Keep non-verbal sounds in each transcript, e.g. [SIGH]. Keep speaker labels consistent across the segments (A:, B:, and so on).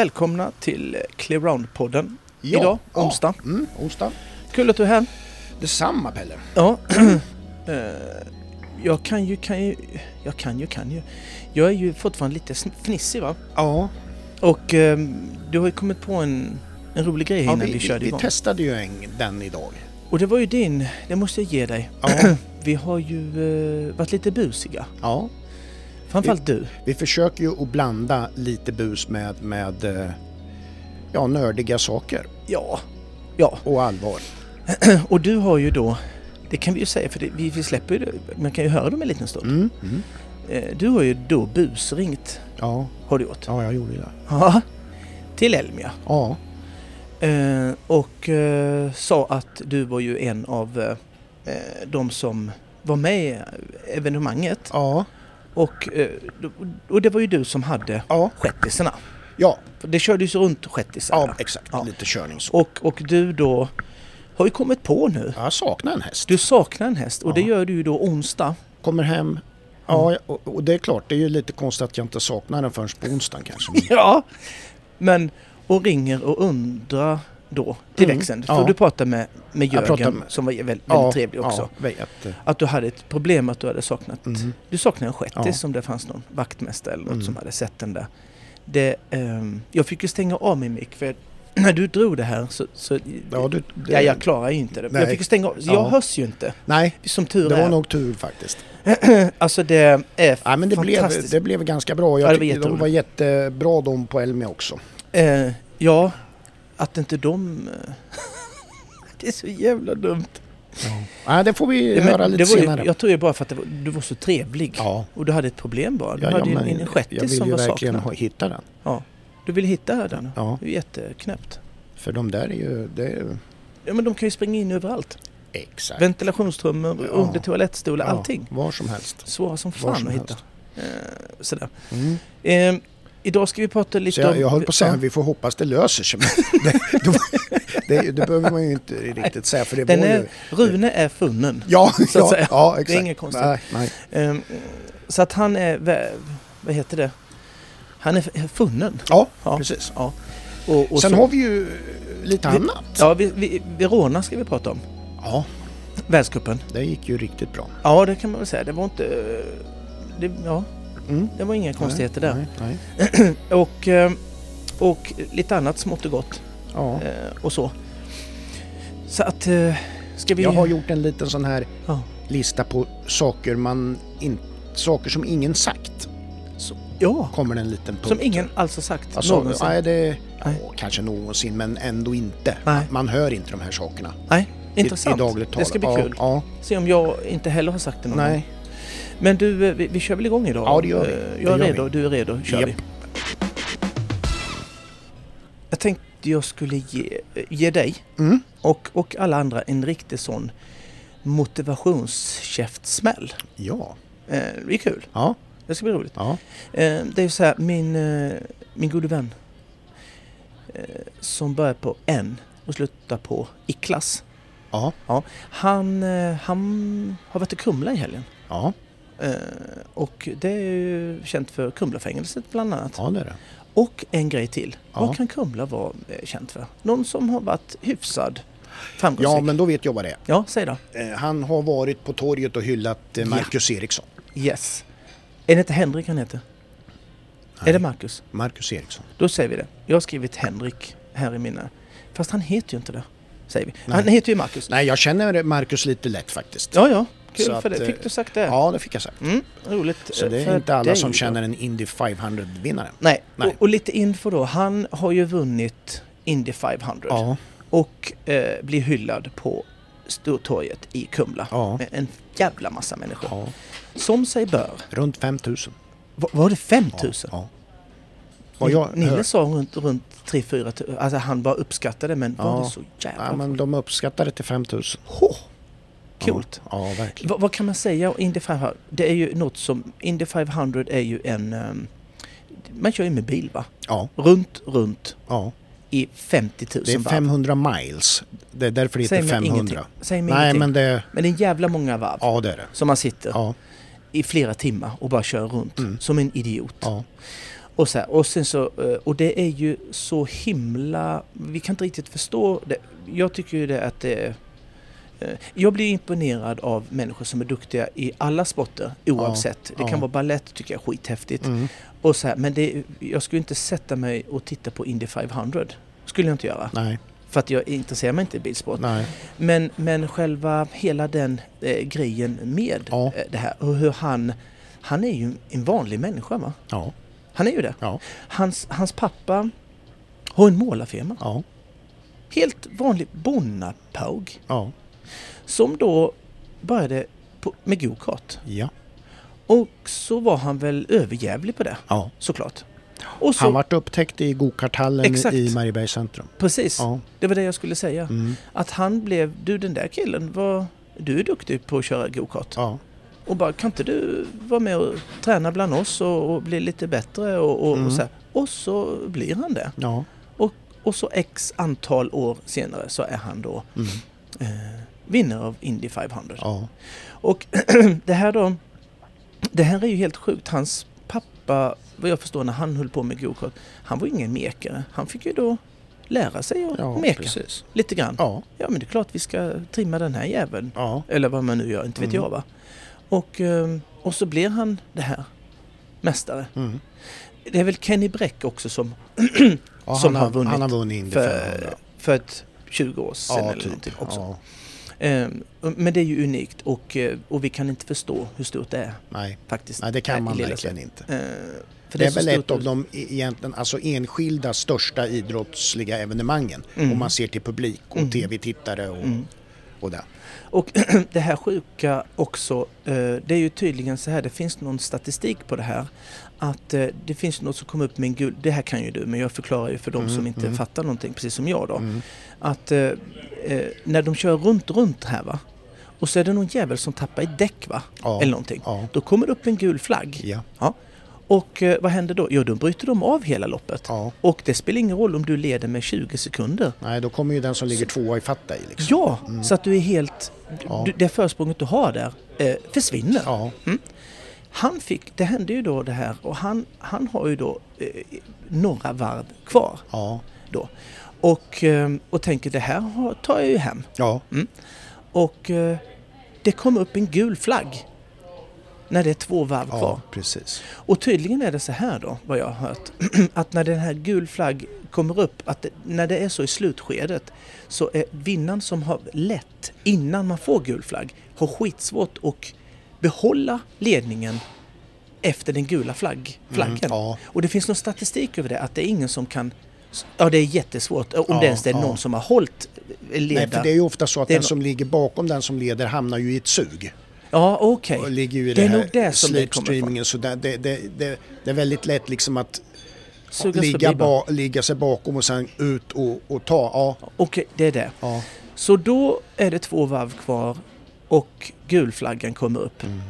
A: Välkomna till Clear Round-podden
B: Ja,
A: idag,
B: ja.
A: onsdag.
B: Mm, onsdag.
A: Kul att du är här.
B: Detsamma Pelle.
A: Ja. [CLEARS THROAT] Eh, jag kan ju, kan ju, jag kan ju, kan ju. Jag är ju fortfarande lite sn- fnissig va?
B: Ja,
A: Och ehm, du har ju kommit på en, en rolig grej innan vi, körde
B: vi,
A: igång.
B: testade ju en, den idag.
A: Och det var ju din, det måste jag ge dig.
B: Ja,
A: [CLEARS THROAT] Vi har ju eh, varit lite busiga.
B: ja.
A: Framförallt du.
B: Vi försöker ju att blanda lite bus med, med eh, ja, nördiga saker
A: Ja. Ja,
B: och allvar.
A: och du har ju då, det kan vi ju säga för det, vi, vi släpper ju det, man kan ju höra dem en liten stund.
B: Mm, mm.
A: Eh, du har ju då busringt,
B: Ja,
A: har du gjort.
B: ja, jag gjorde det.
A: Ja. Till Elmia.
B: Ja,
A: Eh, och eh, sa att du var ju en av eh, eh, de som var med i evenemanget.
B: ja,
A: Och, eh, och det var ju du som hade
B: ja,
A: shettisarna.
B: ja,
A: För Det kördes ju runt
B: ja
A: shettisarna.
B: exakt.
A: Ja.
B: Lite körning så.
A: Och, och du då har ju kommit på nu.
B: Jag saknar en häst.
A: Du saknar en häst och det
B: Ja.
A: gör du ju då onsdag. [LAUGHS]
B: Kommer hem.
A: Mm.
B: Ja, och, och det är klart, det är ju lite konstigt att jag inte saknar den förrän på onsdagen kanske. Men,
A: [LAUGHS] Ja. Men, och ringer och undrar då till
B: Mm,
A: växeln. För
B: ja.
A: du pratade med, med
B: Jag pratade
A: Jörgen
B: med-
A: som var väldigt, väldigt
B: ja,
A: trevlig också.
B: Ja, vet. eh,
A: Att du hade ett problem att du hade saknat...
B: Mm.
A: Du saknade en shettis
B: Ja.
A: om det fanns någon vaktmästare eller något
B: Mm.
A: som hade sett den där. Det, ehm, jag fick ju stänga av min mick för [CLEARS THROAT] när du drog det här så... så
B: Ja, du, det,
A: ja, jag klarar ju inte det. Jag
B: Nej.
A: fick ju stänga av, så jag
B: Ja.
A: hörs ju inte.
B: Nej,
A: Som tur
B: det var
A: är.
B: nog tur faktiskt.
A: [CLEARS THROAT] Alltså det är
B: Ja, men det, blev,
A: fantastiskt.
B: det blev ganska bra.
A: Ja, det
B: Jag
A: var
B: tyckte de
A: jätteroligt.
B: var jättebra de på Elmia också.
A: Eh, ja, att inte de... eh, [LAUGHS] det är så jävla dumt.
B: Ja, det får vi
A: Ja, men
B: höra
A: det
B: lite
A: var
B: senare.
A: Ju, jag tror ju bara för att det var, du var så trevlig.
B: ja.
A: Och du hade ett problem bara. Du
B: Ja, ja,
A: hade ju
B: men
A: en, en
B: jag
A: shettis
B: vill
A: som
B: ju
A: var
B: verkligen
A: saknad.
B: ha- hitta den.
A: Ja. Du ville hitta den?
B: Ja,
A: Det är ju jätteknäppt.
B: för de där är ju... Det är ju
A: Ja, men de kan ju springa in överallt.
B: exakt.
A: Ventilationstrummor,
B: Ja.
A: under toalettstolar,
B: Ja,
A: allting.
B: Var som helst.
A: Svåra som
B: Var
A: fan
B: som
A: att
B: helst.
A: hitta. Eh, sådär.
B: Mm.
A: Eh, idag ska vi prata lite
B: Så jag,
A: om...
B: jag höll på att säga
A: Ja.
B: att vi får hoppas det löser sig. Men [LAUGHS] det, det, det, det behöver man ju inte riktigt säga för det
A: Den
B: var
A: är,
B: ju...
A: Rune är funnen.
B: Ja,
A: så att
B: ja,
A: säga.
B: ja, exakt.
A: inget konstigt.
B: Nej, nej.
A: Eh, så att han är... vä- Vad heter det? Han är f- funnen.
B: Ja,
A: Ja.
B: precis.
A: Ja. Och, och
B: Sen
A: så-
B: har vi ju lite
A: Vi-
B: annat.
A: Ja, vi, vi, Verona ska vi prata om.
B: Ja,
A: Världscupen.
B: det gick ju riktigt bra.
A: Ja, det kan man väl säga. Det var inte... eh, Det, ja,
B: Mm.
A: det var inga konstigheter där.
B: Nej, nej.
A: Och, eh, och lite annat smått och gott
B: Ja.
A: eh, och så. Så att... eh, Ska vi...
B: Jag har gjort en liten sån här
A: ja.
B: lista på saker, man in, saker som ingen sagt.
A: Så, ja.
B: Kommer det en liten punkt.
A: Som ingen alls har sagt
B: alltså,
A: någonsin.
B: Nej, det,
A: Nej.
B: Ja, kanske någonsin, men ändå inte.
A: Nej.
B: Man hör inte de här sakerna.
A: Nej,
B: i-
A: intressant.
B: I dagligt tal.
A: det ska bli
B: ja,
A: kul.
B: Ja,
A: Se om jag inte heller har sagt det någon gång.
B: nej.
A: Men du, eh, vi, vi kör väl igång idag?
B: Ja, det gör vi.
A: Eh,
B: Det
A: Jag är
B: gör
A: redo,
B: vi.
A: du är redo. Kör
B: Japp.
A: vi. Jag tänkte jag skulle ge, eh, ge dig
B: Mm.
A: och, och alla andra en riktig sån motivationskäftsmäll.
B: Ja,
A: Eh, det är kul.
B: ja,
A: Det ska bli roligt.
B: ja.
A: Eh, det är ju så här, min, eh, min gode vän eh, som börjar på N och slutar på i-klass.
B: ja.
A: Han, eh, han har varit i Kumla i helgen.
B: Ja,
A: Eh, och det är ju känt för Kumlafängelset bland annat.
B: ja det är det.
A: Och en grej till.
B: Ja.
A: Vad kan Kumla vara eh, känt för? Någon som har varit hyfsad framgångsrik?
B: Ja, men då vet jag vad det är.
A: Ja, säg då.
B: Eh, Han har varit på torget och hyllat eh, Marcus Eriksson.
A: Yes. Är det inte Henrik han heter?
B: Nej.
A: Är det Marcus?
B: Marcus Eriksson.
A: Då säger vi det. Jag har skrivit Henrik här i mina... Fast han heter ju inte det, säger vi.
B: Nej.
A: Han heter ju Marcus.
B: Nej, jag känner Marcus lite lätt faktiskt.
A: Ja, ja. Kul
B: Så
A: för
B: att,
A: det. Fick
B: eh,
A: du sagt [LAUGHS] det?
B: Ja, det fick jag sagt.
A: Mm, roligt.
B: Så
A: eh,
B: det
A: för
B: är inte alla
A: dig
B: som
A: då.
B: känner en Indy 500-vinnare.
A: Nej,
B: Nej.
A: Och, och lite info då. Han har ju vunnit Indy 500
B: Ja,
A: och eh, blir hyllad på Stortorget i Kumla.
B: ja,
A: Med en jävla massa människor.
B: ja.
A: Som sig bör.
B: Runt 5000.
A: Va- Var det 5000?
B: Ja. Vad jag
A: Nille
B: hör,
A: sa runt, runt 3-4 tu- Alltså han bara uppskattade men var
B: Ja.
A: det så jävla
B: ja, men de uppskattar det till 5000.
A: Hå! Coolt.
B: Ja, ja, verkligen.
A: Va, vad kan man säga om Indy 500? Det är ju något som... Indy 500 är ju en... ehm, man kör ju med bil va?
B: Ja,
A: Runt, runt
B: ja.
A: i 50 000
B: Det är
A: varv.
B: 500 miles. Det är därför det
A: Säg
B: heter
A: mig
B: 500.
A: ingenting. Säg mig
B: Nej,
A: ingenting.
B: men det...
A: Men det är jävla många varv
B: Ja, det är det.
A: som man sitter
B: Ja,
A: i flera timmar och bara kör runt
B: Mm.
A: som en idiot.
B: ja.
A: Och, så här, och, sen så, eh, och det är ju så himla... Vi kan inte riktigt förstå det. Jag tycker ju det att det... eh, Jag blir imponerad av människor som är duktiga i alla sporter oavsett. det kan
B: ja.
A: vara ballett tycker jag är skithäftigt.
B: Mm.
A: Och så här, men det, jag skulle inte sätta mig och titta på Indy 500. Skulle jag inte göra.
B: Nej,
A: För att jag intresserar mig inte i bilsport.
B: nej.
A: Men, men själva hela den eh, grejen med
B: Ja.
A: eh, det här och hur han... Han är ju en vanlig människa va?
B: Ja,
A: Han är ju det.
B: ja,
A: Hans, hans pappa har en målarfirma.
B: ja,
A: Helt vanlig bonnapaug.
B: ja,
A: Som då började på, med gokart.
B: ja.
A: Och så var han väl överjävlig på det,
B: ja.
A: såklart. Och så,
B: Han vart upptäckt i gokarthallen
A: Exakt.
B: i Mariebergs centrum.
A: Precis,
B: Ja,
A: det var det jag skulle säga.
B: mm.
A: Att han blev, du den där killen, var, du är duktig på att köra gokart.
B: ja,
A: Och bara, kan inte du vara med och träna bland oss och, och bli lite bättre? Och, och,
B: Mm.
A: och, så här. och så blir han det.
B: ja.
A: Och så x antal år senare så är han då
B: Mm.
A: eh, vinnare av Indy 500.
B: ja.
A: Och [CLEARS THROAT] det här då, det här är ju helt sjukt. Hans pappa, vad jag förstår när han höll på med gokart, han var ju ingen mekare. Han fick ju då lära sig att
B: Ja,
A: meka
B: precis.
A: lite grann. Ja.
B: Ja,
A: men det är klart vi ska trimma den här jäveln.
B: ja,
A: Eller vad man nu gör, inte vet
B: Mm.
A: jag va. Och, eh, och så blir han det här mästare.
B: mm.
A: Det är väl Kenny Bräck också som
B: ja
A: Som
B: han,
A: har vunnit
B: Han har vunnit Indy
A: för,
B: 500.
A: för ett 20 år sedan
B: Ja,
A: eller någonting
B: typ.
A: också.
B: Ja,
A: Eh, Men det är ju unikt och, eh, och vi kan inte förstå hur stort det är
B: nej.
A: faktiskt.
B: nej, det
A: i
B: kan man
A: lilla
B: verkligen inte.
A: Eh, för
B: det är
A: så
B: väl ett
A: stort
B: av de e- egentligen, alltså enskilda största idrottsliga evenemangen.
A: Mm.
B: Om man ser till publik och
A: Mm.
B: tv-tittare och,
A: Mm.
B: och det.
A: Och [CLEARS THROAT] det här sjuka också, eh, det är ju tydligen så här, det finns någon statistik på det här. Att eh, det finns något som kom upp med en guld, det här kan ju du, men jag förklarar ju för de
B: Mm,
A: som inte
B: mm.
A: fattar någonting, precis som jag då.
B: Mm.
A: Att eh, eh, när de kör runt, runt här va. Och så är det någon jävel som tappar i däck va,
B: Ja.
A: eller någonting.
B: Ja,
A: Då kommer det upp en gul flagg.
B: ja,
A: Och eh, vad händer då? Jo, då bryter de av hela loppet.
B: ja.
A: Och det spelar ingen roll om du leder med 20 sekunder.
B: Nej, då kommer ju den som ligger tvåa ifatt dig. Liksom.
A: Ja, så att du är helt... du-
B: Ja.
A: Du, det försprånget du har där eh, försvinner.
B: Ja,
A: Han fick, det hände ju då det här och han, han har ju då eh, några varv kvar
B: ja,
A: då. Och, eh, och tänker det här har- tar jag ju hem.
B: ja,
A: Mm, Och eh, det kom upp en gul flagg när det är två varv kvar.
B: ja, precis.
A: Och tydligen är det så här då, vad jag har hört, [CLEARS THROAT] att när den här gul flagg kommer upp, att det, när det är så i slutskedet, så är vinnaren som har lett innan man får gul flagg, har skitsvårt att behålla ledningen efter den gula flagg, flaggen.
B: Mm, ja.
A: Och det finns någon statistik över det, att det är ingen som kan Ja, det är jättesvårt eh, om
B: Ja,
A: det ens det är
B: ja.
A: någon som har hållit eh,
B: Nej,
A: ledaren.
B: för det är ju ofta så att
A: Det är
B: den
A: no-
B: som ligger bakom den som leder hamnar ju i ett sug.
A: Ja, okej.
B: Och ligger ju i
A: Det
B: det,
A: är
B: här
A: nog det som det kommer ifrån.
B: slipstreamingen. Så där, det, det, det, det är väldigt lätt liksom att
A: Sugas
B: ligga,
A: förbi bara.
B: ba, ligga sig bakom och sen ut och, och ta. Ja,
A: Okej, det är det.
B: ja,
A: Så då är det två varv kvar och gulflaggan kommer upp.
B: Mm.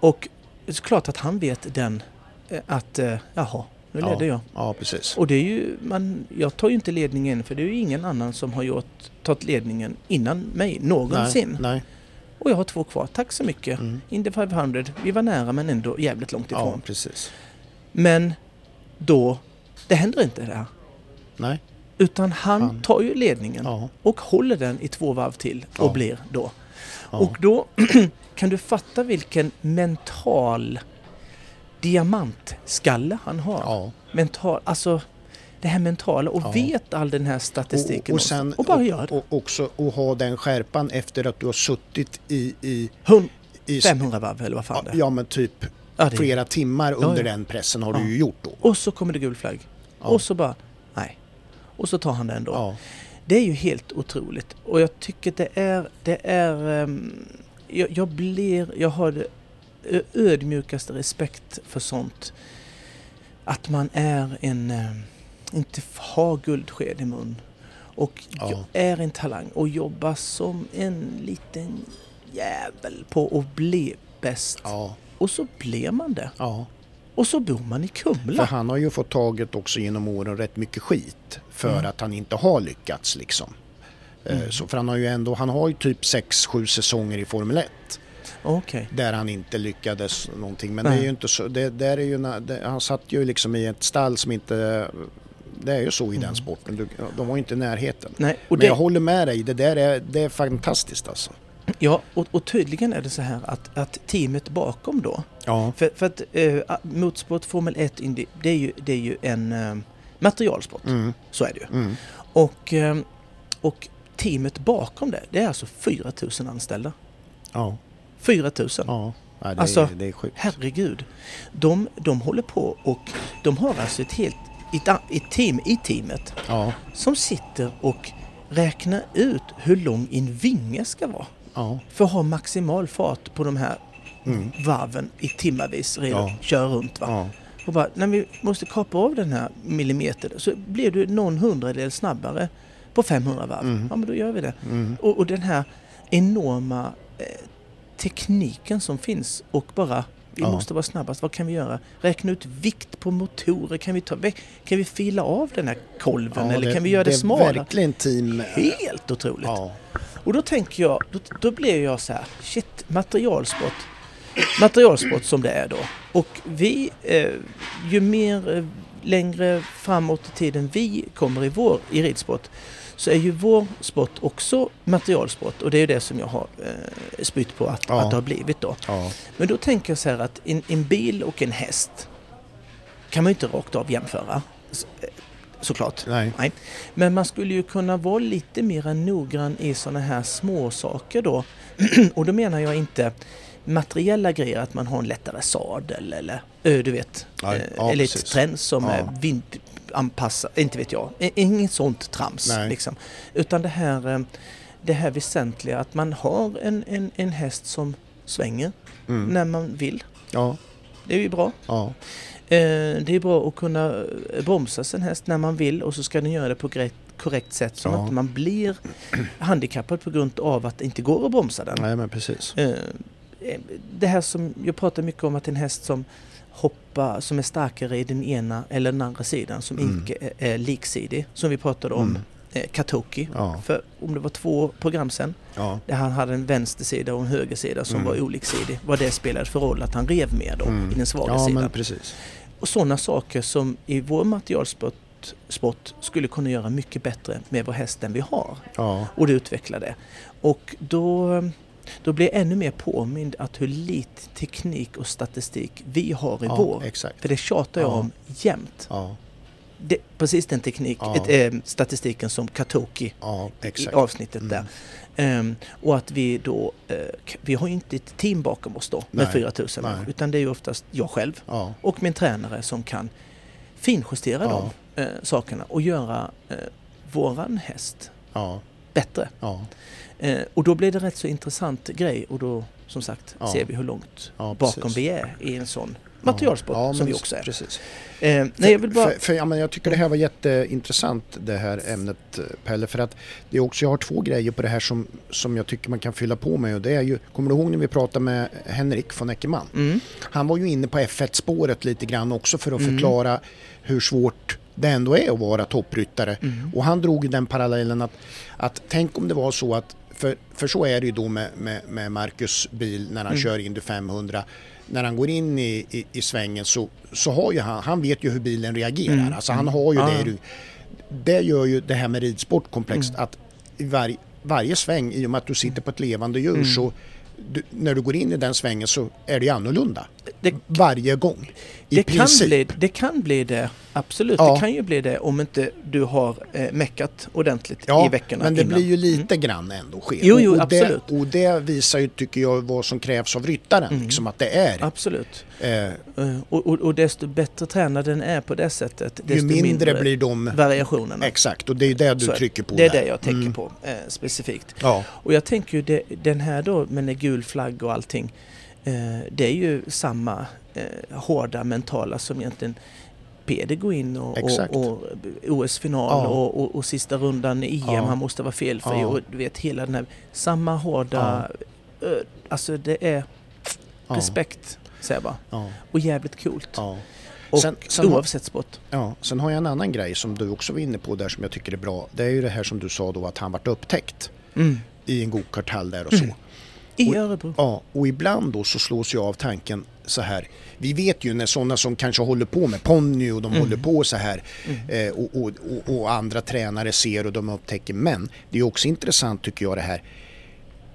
A: Och det är klart att han vet den eh, att eh, jaha, nu
B: ja,
A: ledde jag.
B: ja, precis.
A: Och det är ju, man, jag tar ju inte ledningen för det är ju ingen annan som har gjort, tagit ledningen innan mig någonsin.
B: Nej, nej.
A: Och jag har två kvar, tack så mycket. Indy 500, vi var nära men ändå jävligt långt
B: Ja,
A: ifrån.
B: precis.
A: Men då, det händer inte det här.
B: Nej,
A: Utan han,
B: Han-
A: tar ju ledningen
B: ja,
A: och håller den i två varv till och
B: Ja.
A: blir då.
B: Ja.
A: Och då [CLEARS THROAT] kan du fatta vilken mental diamantskalle han har.
B: ja.
A: Mental, alltså det här mentala och
B: Ja.
A: vet all den här statistiken
B: Och, och, sen,
A: någonstans. och bara gör det.
B: och, och också och ha den skärpan efter att du har suttit i, i,
A: Hun-
B: i
A: 500 varv eller vad fan det är.
B: ja, men typ
A: Ja, det är.
B: flera timmar under
A: ja.
B: den pressen har
A: Ja.
B: du ju gjort då.
A: Och så kommer det gul flagg.
B: Ja.
A: Och så bara, nej. Och så tar han den då.
B: Ja,
A: Det är ju helt otroligt. Och jag tycker det är... Det är ehm, jag, jag blir... Jag har det ö- ödmjukaste respekt för sånt. Att man är en... ehm, Inte f- har guldsked i mun. Och
B: Ja.
A: jag är en talang och jobbar som en liten jävel på att bli bäst.
B: ja,
A: Och så blir man det.
B: ja.
A: Och så bor man i
B: För
A: Kumla.
B: han har ju fått taget också genom åren rätt mycket skit för
A: Mm.
B: att han inte har lyckats liksom. Eh, Så för han har ju ändå, han har ju typ 6-7 säsonger i Formel 1.
A: Okej.
B: där han inte lyckades någonting. Men
A: Nej.
B: det är ju inte så, det, där är ju, na- det, han satt ju liksom i ett stall som inte, det är ju så i den sporten, du, de var ju inte i närheten.
A: Nej, Mm. och
B: Men jag
A: det,
B: håller med dig, det där är, det är fantastiskt alltså.
A: ja, och, och tydligen är det så här att, att teamet bakom då,
B: Ja,
A: för, för att eh, motorsport, Formel 1, Indy, det är ju, det är ju en eh, materialsport.
B: mm,
A: Så är det ju.
B: mm.
A: Och, eh, och teamet bakom det, det är alltså 4000 anställda.
B: ja,
A: 4000.
B: ja. Nej, det,
A: Alltså-
B: är, det är sjukt.
A: Herregud. De, de håller på och de har alltså ett helt ett, a- ett team i teamet
B: Ja,
A: som sitter och räknar ut hur lång en vinge ska vara
B: ja,
A: för att ha maximal fart på de här
B: mm,
A: varven i timmarvis redan.
B: Ja.
A: Kör runt va.
B: ja,
A: Och bara, när vi måste kapa av den här millimetern så blir du någon hundradel snabbare på 500 varv.
B: Mm.
A: Ja men då gör vi det.
B: mm,
A: Och, och den här enorma eh, tekniken som finns och bara vi
B: Ja.
A: måste vara snabbast. Vad kan vi göra? Räkna ut vikt på motorer. Kan vi, ta, vä- kan vi fila av den här kolven
B: ja,
A: eller kan vi göra det,
B: det
A: smalare?
B: är verkligen team...
A: Helt otroligt.
B: Ja,
A: Och då tänker jag, då, då blir jag så här, shit, materialsport. Materialsport som det är då. Och vi, eh, ju mer eh, längre framåt i tiden vi kommer i vår i ridsport så är ju vår sport också materialsport och det är ju det som jag har eh, spytt på att,
B: Ja.
A: att det har blivit då.
B: ja,
A: Men då tänker jag så här att en, en bil och en häst kan man ju inte rakt av jämföra. Så, eh, såklart.
B: nej,
A: Men man skulle ju kunna vara lite mer noggrann i sådana här små saker då. [CLEARS THROAT] och då menar jag inte materiella grejer, att man har en lättare sadel eller ö, du vet,
B: Ja,
A: eh,
B: ja,
A: eller ett
B: precis.
A: träns som
B: Ja.
A: är vindanpassat, inte vet jag. I- Inget sånt trams
B: Nej.
A: liksom. Utan det här, eh, det här väsentliga att man har en, en, en häst som svänger
B: mm,
A: när man vill.
B: ja,
A: Det är ju bra.
B: ja,
A: Eh, Det är bra att kunna eh, bromsa sin häst när man vill och så ska den göra det på korrekt, korrekt sätt så
B: Ja.
A: att man blir handikappad på grund av att det inte går att bromsa den.
B: nej men precis.
A: Eh, eh, Det här som jag pratar mycket om att en häst som hoppar, som är starkare i den ena eller den andra sidan, som
B: Mm.
A: inte är- är liksidig, som vi pratade om,
B: Mm,
A: eh, Katoki,
B: ja,
A: för om det var två program sedan,
B: ja,
A: där han hade en vänstersida och en högersida som
B: Mm.
A: var oliksidig, vad det spelade för roll att han rev mer då
B: Mm.
A: i den svaga
B: ja
A: sidan.
B: men precis.
A: Och sådana saker som i vår materialsport sport skulle kunna göra mycket bättre med vår häst än vi har
B: Ja,
A: och det utveckla det. Och då, då blir jag ännu mer påmind att hur lite teknik och statistik vi har i
B: ja
A: vår.
B: exakt.
A: För det tjatar jag
B: Ja.
A: om jämt.
B: Ja,
A: Det, precis den teknik,
B: Ja.
A: ett, eh, statistiken som Katoki
B: ja,
A: i
B: exakt.
A: avsnittet
B: Mm.
A: där. Ehm, och att vi då, eh, k- vi har ju inte ett team bakom oss då med
B: Nej.
A: 4000
B: Nej.
A: människor, utan det är ju oftast jag själv
B: Ja,
A: och min tränare som kan finjustera
B: Ja.
A: de eh, sakerna och göra eh, våran häst
B: ja,
A: bättre.
B: ja,
A: Eh, och då blir det rätt så intressant grej och då som sagt
B: Ja.
A: ser vi hur långt
B: ja
A: bakom
B: precis.
A: vi är i en sån materialsport
B: Ja, ja,
A: som
B: men
A: vi också är.
B: Precis.
A: Eh, nej, jag vill bara...
B: För, för, ja, men jag tycker det här var jätteintressant det här ämnet eh, Pelle. För att det är också, jag har två grejer på det här som, som jag tycker man kan fylla på med. Och det är ju, kommer du ihåg när vi pratade med Henrik von Eckermann?
A: Mm,
B: Han var ju inne på F1-spåret lite grann också för att
A: Mm.
B: förklara hur svårt det ändå är att vara toppryttare.
A: mm,
B: Och han drog ju den parallellen att, att tänk om det var så att, för, för så är det ju då med, med, med Marcus bil när han
A: Mm.
B: kör Indy 500, när han går in i, i, i svängen så, så har ju han, han vet ju hur bilen reagerar,
A: Mm.
B: alltså han har ju
A: Ja,
B: det. i
A: ja.
B: rygg- Det gör ju det här med ridsport komplext,
A: Mm.
B: att i varje, varje sväng, i och med att du sitter på ett levande djur,
A: Mm.
B: så du, när du går in i den svängen så är det ju annorlunda
A: det,
B: varje gång. I
A: det, kan
B: princip.
A: bli, det kan bli det, absolut.
B: Ja.
A: Det kan ju bli det om inte du har eh, meckat ordentligt
B: Ja,
A: i veckorna
B: men det
A: innan. Mm.
B: blir ju lite grann ändå skevt.
A: Jo, jo,
B: och, och det,
A: absolut.
B: och det visar ju, tycker jag, vad som krävs av ryttaren,
A: Mm.
B: liksom att det är.
A: Absolut.
B: Eh,
A: Eh, och, och, och desto bättre tränad den är på det sättet, desto
B: ju mindre, blir de,
A: variationerna.
B: exakt, och det är ju det du
A: Så är det.
B: trycker på
A: Det är
B: där.
A: det jag tänker
B: Mm.
A: på eh, specifikt.
B: Ja,
A: Och jag tänker ju det, den här då med den gul flagg och allting. Eh, det är ju samma eh, hårda mentala som egentligen Peder går in och,
B: Exakt.
A: och, och OS-final
B: Ja.
A: och, och, och sista rundan i EM,
B: Ja.
A: han måste vara felfri
B: Ja.
A: och du vet hela den här samma hårda, eh, alltså det är
B: ja,
A: respekt säger jag bara
B: Ja,
A: och jävligt coolt.
B: ja.
A: Och
B: Sen- sen har-
A: oavsett sport.
B: Ja, sen har jag en annan grej som du också var inne på där som jag tycker är bra. Det är ju det här som du sa då att han vart upptäckt
A: Mm.
B: i en gokarthall där och så.
A: I Örebro.
B: Ja, och ibland då så slås jag av tanken så här. Vi vet ju när sådana som kanske håller på med ponny och de
A: Mm.
B: håller på så här eh, och, och, och, och andra tränare ser och de upptäcker. Men det är också intressant tycker jag det här.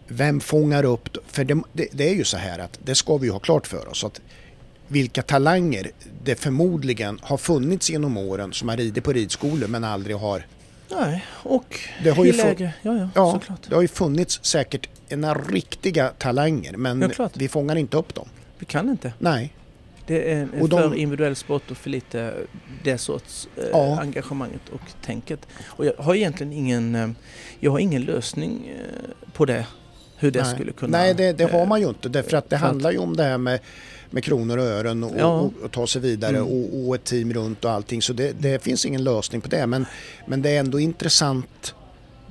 B: Vem fångar upp? För det, det, det är ju så här att det ska vi ju ha klart för oss. Att vilka talanger det förmodligen har funnits genom åren som har ridit på ridskolor men aldrig har
A: Nej, och
B: Det har
A: i
B: ju
A: läge. Ja, ja,
B: Ja,
A: såklart.
B: det har ju funnits säkert ena riktiga talanger men
A: Ja, klart.
B: vi fångar inte upp dem.
A: Vi kan inte.
B: Nej,
A: Det är en
B: Och de-
A: för individuell sport och för lite det sorts eh,
B: Ja.
A: engagemanget och tänket. Och jag har egentligen ingen, eh, jag har ingen lösning eh, på det. Hur det
B: nej.
A: skulle kunna...
B: nej det, det har
A: eh,
B: man ju inte därför att det
A: för att-
B: handlar ju om det här med, med kronor och ören och,
A: Ja.
B: och, och ta sig vidare
A: Mm.
B: och, och ett team runt och allting så det, det finns ingen lösning på det men, men det är ändå intressant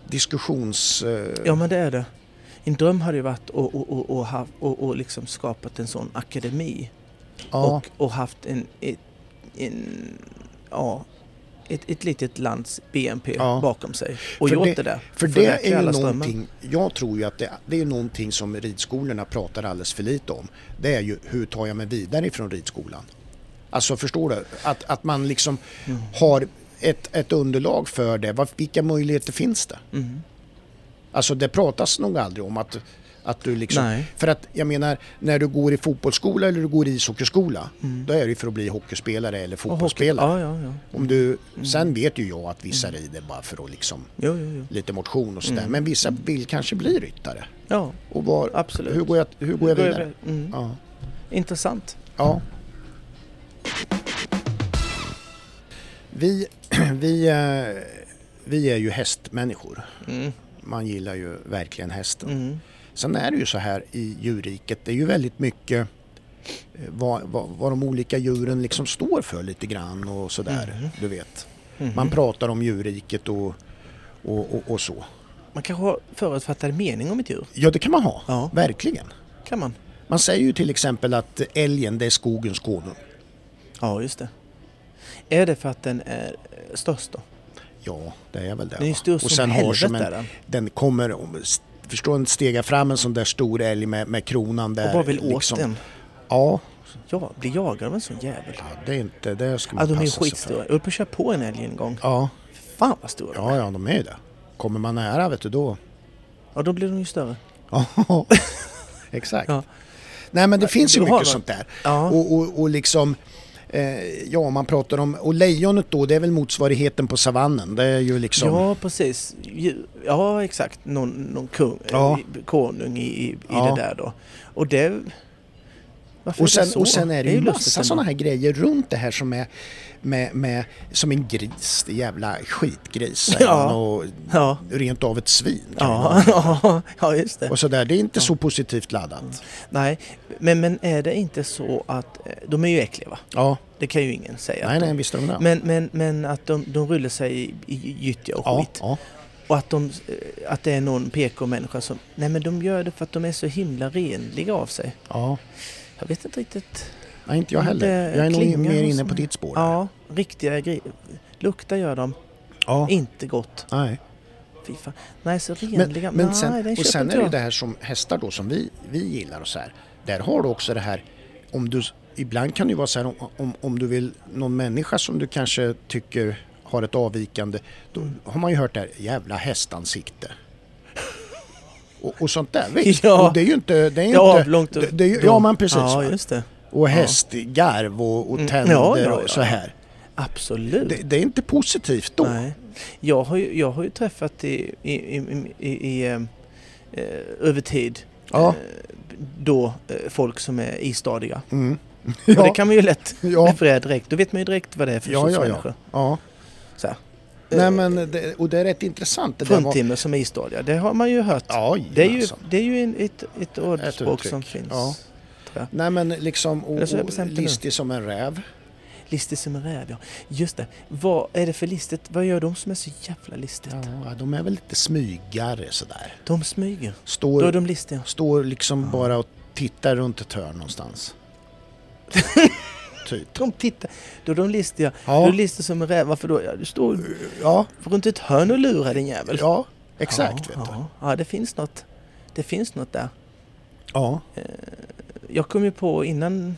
B: diskussions... eh,
A: Ja men det är det. En dröm hade ju varit att och, och, och, och, ha- och, och liksom skapat en sån akademi
B: ja.
A: och, och haft en, ett, en, ja, ett, ett litet lands BNP
B: Ja.
A: bakom sig och
B: För
A: gjort det,
B: det-
A: där.
B: För
A: Förverkliga
B: det är ju
A: allas drömmar.
B: någonting, jag tror ju att det, det är någonting som ridskolorna pratar alldeles för lite om. Det är ju hur tar jag mig vidare ifrån ridskolan? Alltså förstår du? Att, att man liksom
A: Mm.
B: har ett, ett underlag för det. Vad- Vilka möjligheter finns det?
A: Mm.
B: Alltså det pratas nog aldrig om att, att du liksom...
A: Nej.
B: För att jag menar, när du går i fotbollsskola eller du går i ishockeyskola,
A: Mm.
B: då är det ju för att bli hockeyspelare eller
A: Och hockey-
B: fotbollsspelare.
A: Ja, ja, ja. Mm.
B: Om du, sen vet ju jag att vissa rider bara för att liksom
A: Jo, jo, jo.
B: lite motion och sådär.
A: Mm.
B: Men vissa vill kanske bli ryttare.
A: Ja,
B: Och var,
A: Absolut.
B: Hur går jag, hur går jag
A: Då är
B: vidare?
A: vi- Mm.
B: Ja.
A: Intressant.
B: ja. Vi, [CLEARS THROAT] vi, eh, vi är ju hästmänniskor.
A: Mm.
B: Man gillar ju verkligen hästen.
A: Mm.
B: Sen är det ju så här i djurriket, det är ju väldigt mycket eh, vad, vad, vad de olika djuren liksom står för lite grann och sådär,
A: Mm.
B: du vet.
A: Mhm.
B: Man pratar om djurriket och, och, och, och så.
A: Man kanske har förutfattad mening om ett djur.
B: Ja, det kan man ha,
A: Ja.
B: verkligen.
A: Kan man?
B: Man säger ju till exempel att älgen det är skogens konung.
A: Ja, just det. Är det för att den är eh, störst då?
B: Ja, det är väl det.
A: Den är ju stor
B: va?
A: som helvete
B: som en,
A: den.
B: den kommer, om- s- förstår en stega fram en sån där stor älg med, med kronan där.
A: Och bara vill åt
B: liksom.
A: den.
B: Ja,
A: Ja, blir jagad av en sån jävel.
B: ja, det är inte, det ska man
A: Ja, de är ju
B: passa sig för.
A: skitstora. Jag höll på att köra på en älg en gång.
B: Ja,
A: Fan vad stora de är.
B: ja, ja, de är ju det. Kommer man nära vet du då. [LAUGHS]
A: Ja, då blir de ju större.
B: Ja, exakt.
A: Ja.
B: Nej men det finns ju
A: du har
B: mycket
A: något.
B: sånt där.
A: Ja.
B: Och, och, och liksom, eh, ja man pratar om, och lejonet då det är väl motsvarigheten på savannen. Det är ju liksom,
A: Ja, precis. Ju- Ja, exakt. Någon, någon kung,
B: Ja.
A: eh, konung i, i, i
B: Ja.
A: det där då. Och det... Varför
B: Och sen,
A: är det så?
B: och sen är det ju
A: lustigt
B: massa
A: ändå.
B: sådana här grejer runt det här som är med, med, som en gris, det jävla skitgris säger
A: Ja.
B: man, och
A: Ja.
B: rent av ett svin. kan man
A: Ja,
B: säga.
A: ja, [LAUGHS] ja, just det.
B: Och sådär, det är inte så positivt laddat.
A: Nej, men, men är det inte så att... eh, De är ju äckliga va?
B: Ja,
A: Det kan ju ingen säga.
B: nej nej visst är de det.
A: Men, men, men att de, de rullar sig i, i gyttja och
B: ja,
A: skit.
B: ja.
A: Och att, de, eh, att det är någon PK-människa som... Nej men de gör det för att de är så himla renliga av sig.
B: ja,
A: Jag vet inte riktigt.
B: nej inte jag heller.
A: Inte
B: Jag är nog
A: klingar
B: mer
A: och
B: inne
A: sånt.
B: på ditt spår.
A: Ja, riktiga grejer. Lukta gör de.
B: Ja,
A: Inte gott.
B: nej.
A: Fy fan. Nej, så
B: Men,
A: renliga.
B: men
A: Nej,
B: sen,
A: den
B: och
A: köper
B: sen
A: inte
B: är det ju
A: jag.
B: det här som hästar då som vi, vi gillar och så här. Där har du också det här om du, ibland kan det ju vara så här om, om, om du vill någon människa som du kanske tycker har ett avvikande. Då har man ju hört det här jävla hästansikte. Och, och sånt där.
A: [LAUGHS]
B: Vet.
A: Ja.
B: Och det är ju inte... Det
A: Det
B: är ju
A: är
B: inte,
A: avlångt. och
B: det, det är ju,
A: då-
B: ja men precis.
A: Ja,
B: va?
A: just det.
B: Och hästgarv och, och
A: Mm,
B: tänder
A: ja, ja, ja.
B: och så här.
A: Absolut.
B: Det, det är inte positivt då.
A: Nej. Jag har ju, jag har ju träffat i, i, i, i, i eh, eh, över tid
B: Ja.
A: eh, då eh, folk som är istadiga.
B: Mm.
A: Och det
B: [LAUGHS] Ja,
A: kan man ju lätt
B: ja,
A: referera direkt. Då vet man ju direkt vad det är för
B: ja,
A: sorts
B: ja, ja.
A: människor.
B: ja.
A: Så här.
B: Nej
A: Eh,
B: men, det, och det är rätt intressant. Det där var-
A: Fruntimmer som är istadiga, det har man ju hört.
B: Ja,
A: det är ju,
B: jajamensan.
A: det är ju en, ett, ett ordspråk
B: uttryck.
A: som finns.
B: Ja.
A: tror jag.
B: Nej men liksom, och,
A: Eller så är jag
B: och
A: bestämt det nu.
B: listig som en räv.
A: Listig som en räv, ja. Just det. Vad är det för listigt? Vad gör de som är så jävla listigt?
B: Ja, de är väl lite smygare sådär.
A: De smyger. Då
B: Står,
A: är de listiga.
B: står liksom bara och tittar runt ett hörn
A: [LAUGHS]
B: någonstans. typ.
A: De tittar. Då är de listiga.
B: Ja.
A: Du är listig som en räv. Varför då? Ja, du står
B: Ja,
A: runt ett hörn och lurar din jävel.
B: ja, exakt
A: ja,
B: vet du.
A: ja. ja, det finns något. Det finns något där.
B: Ja.
A: Jag kom ju på innan,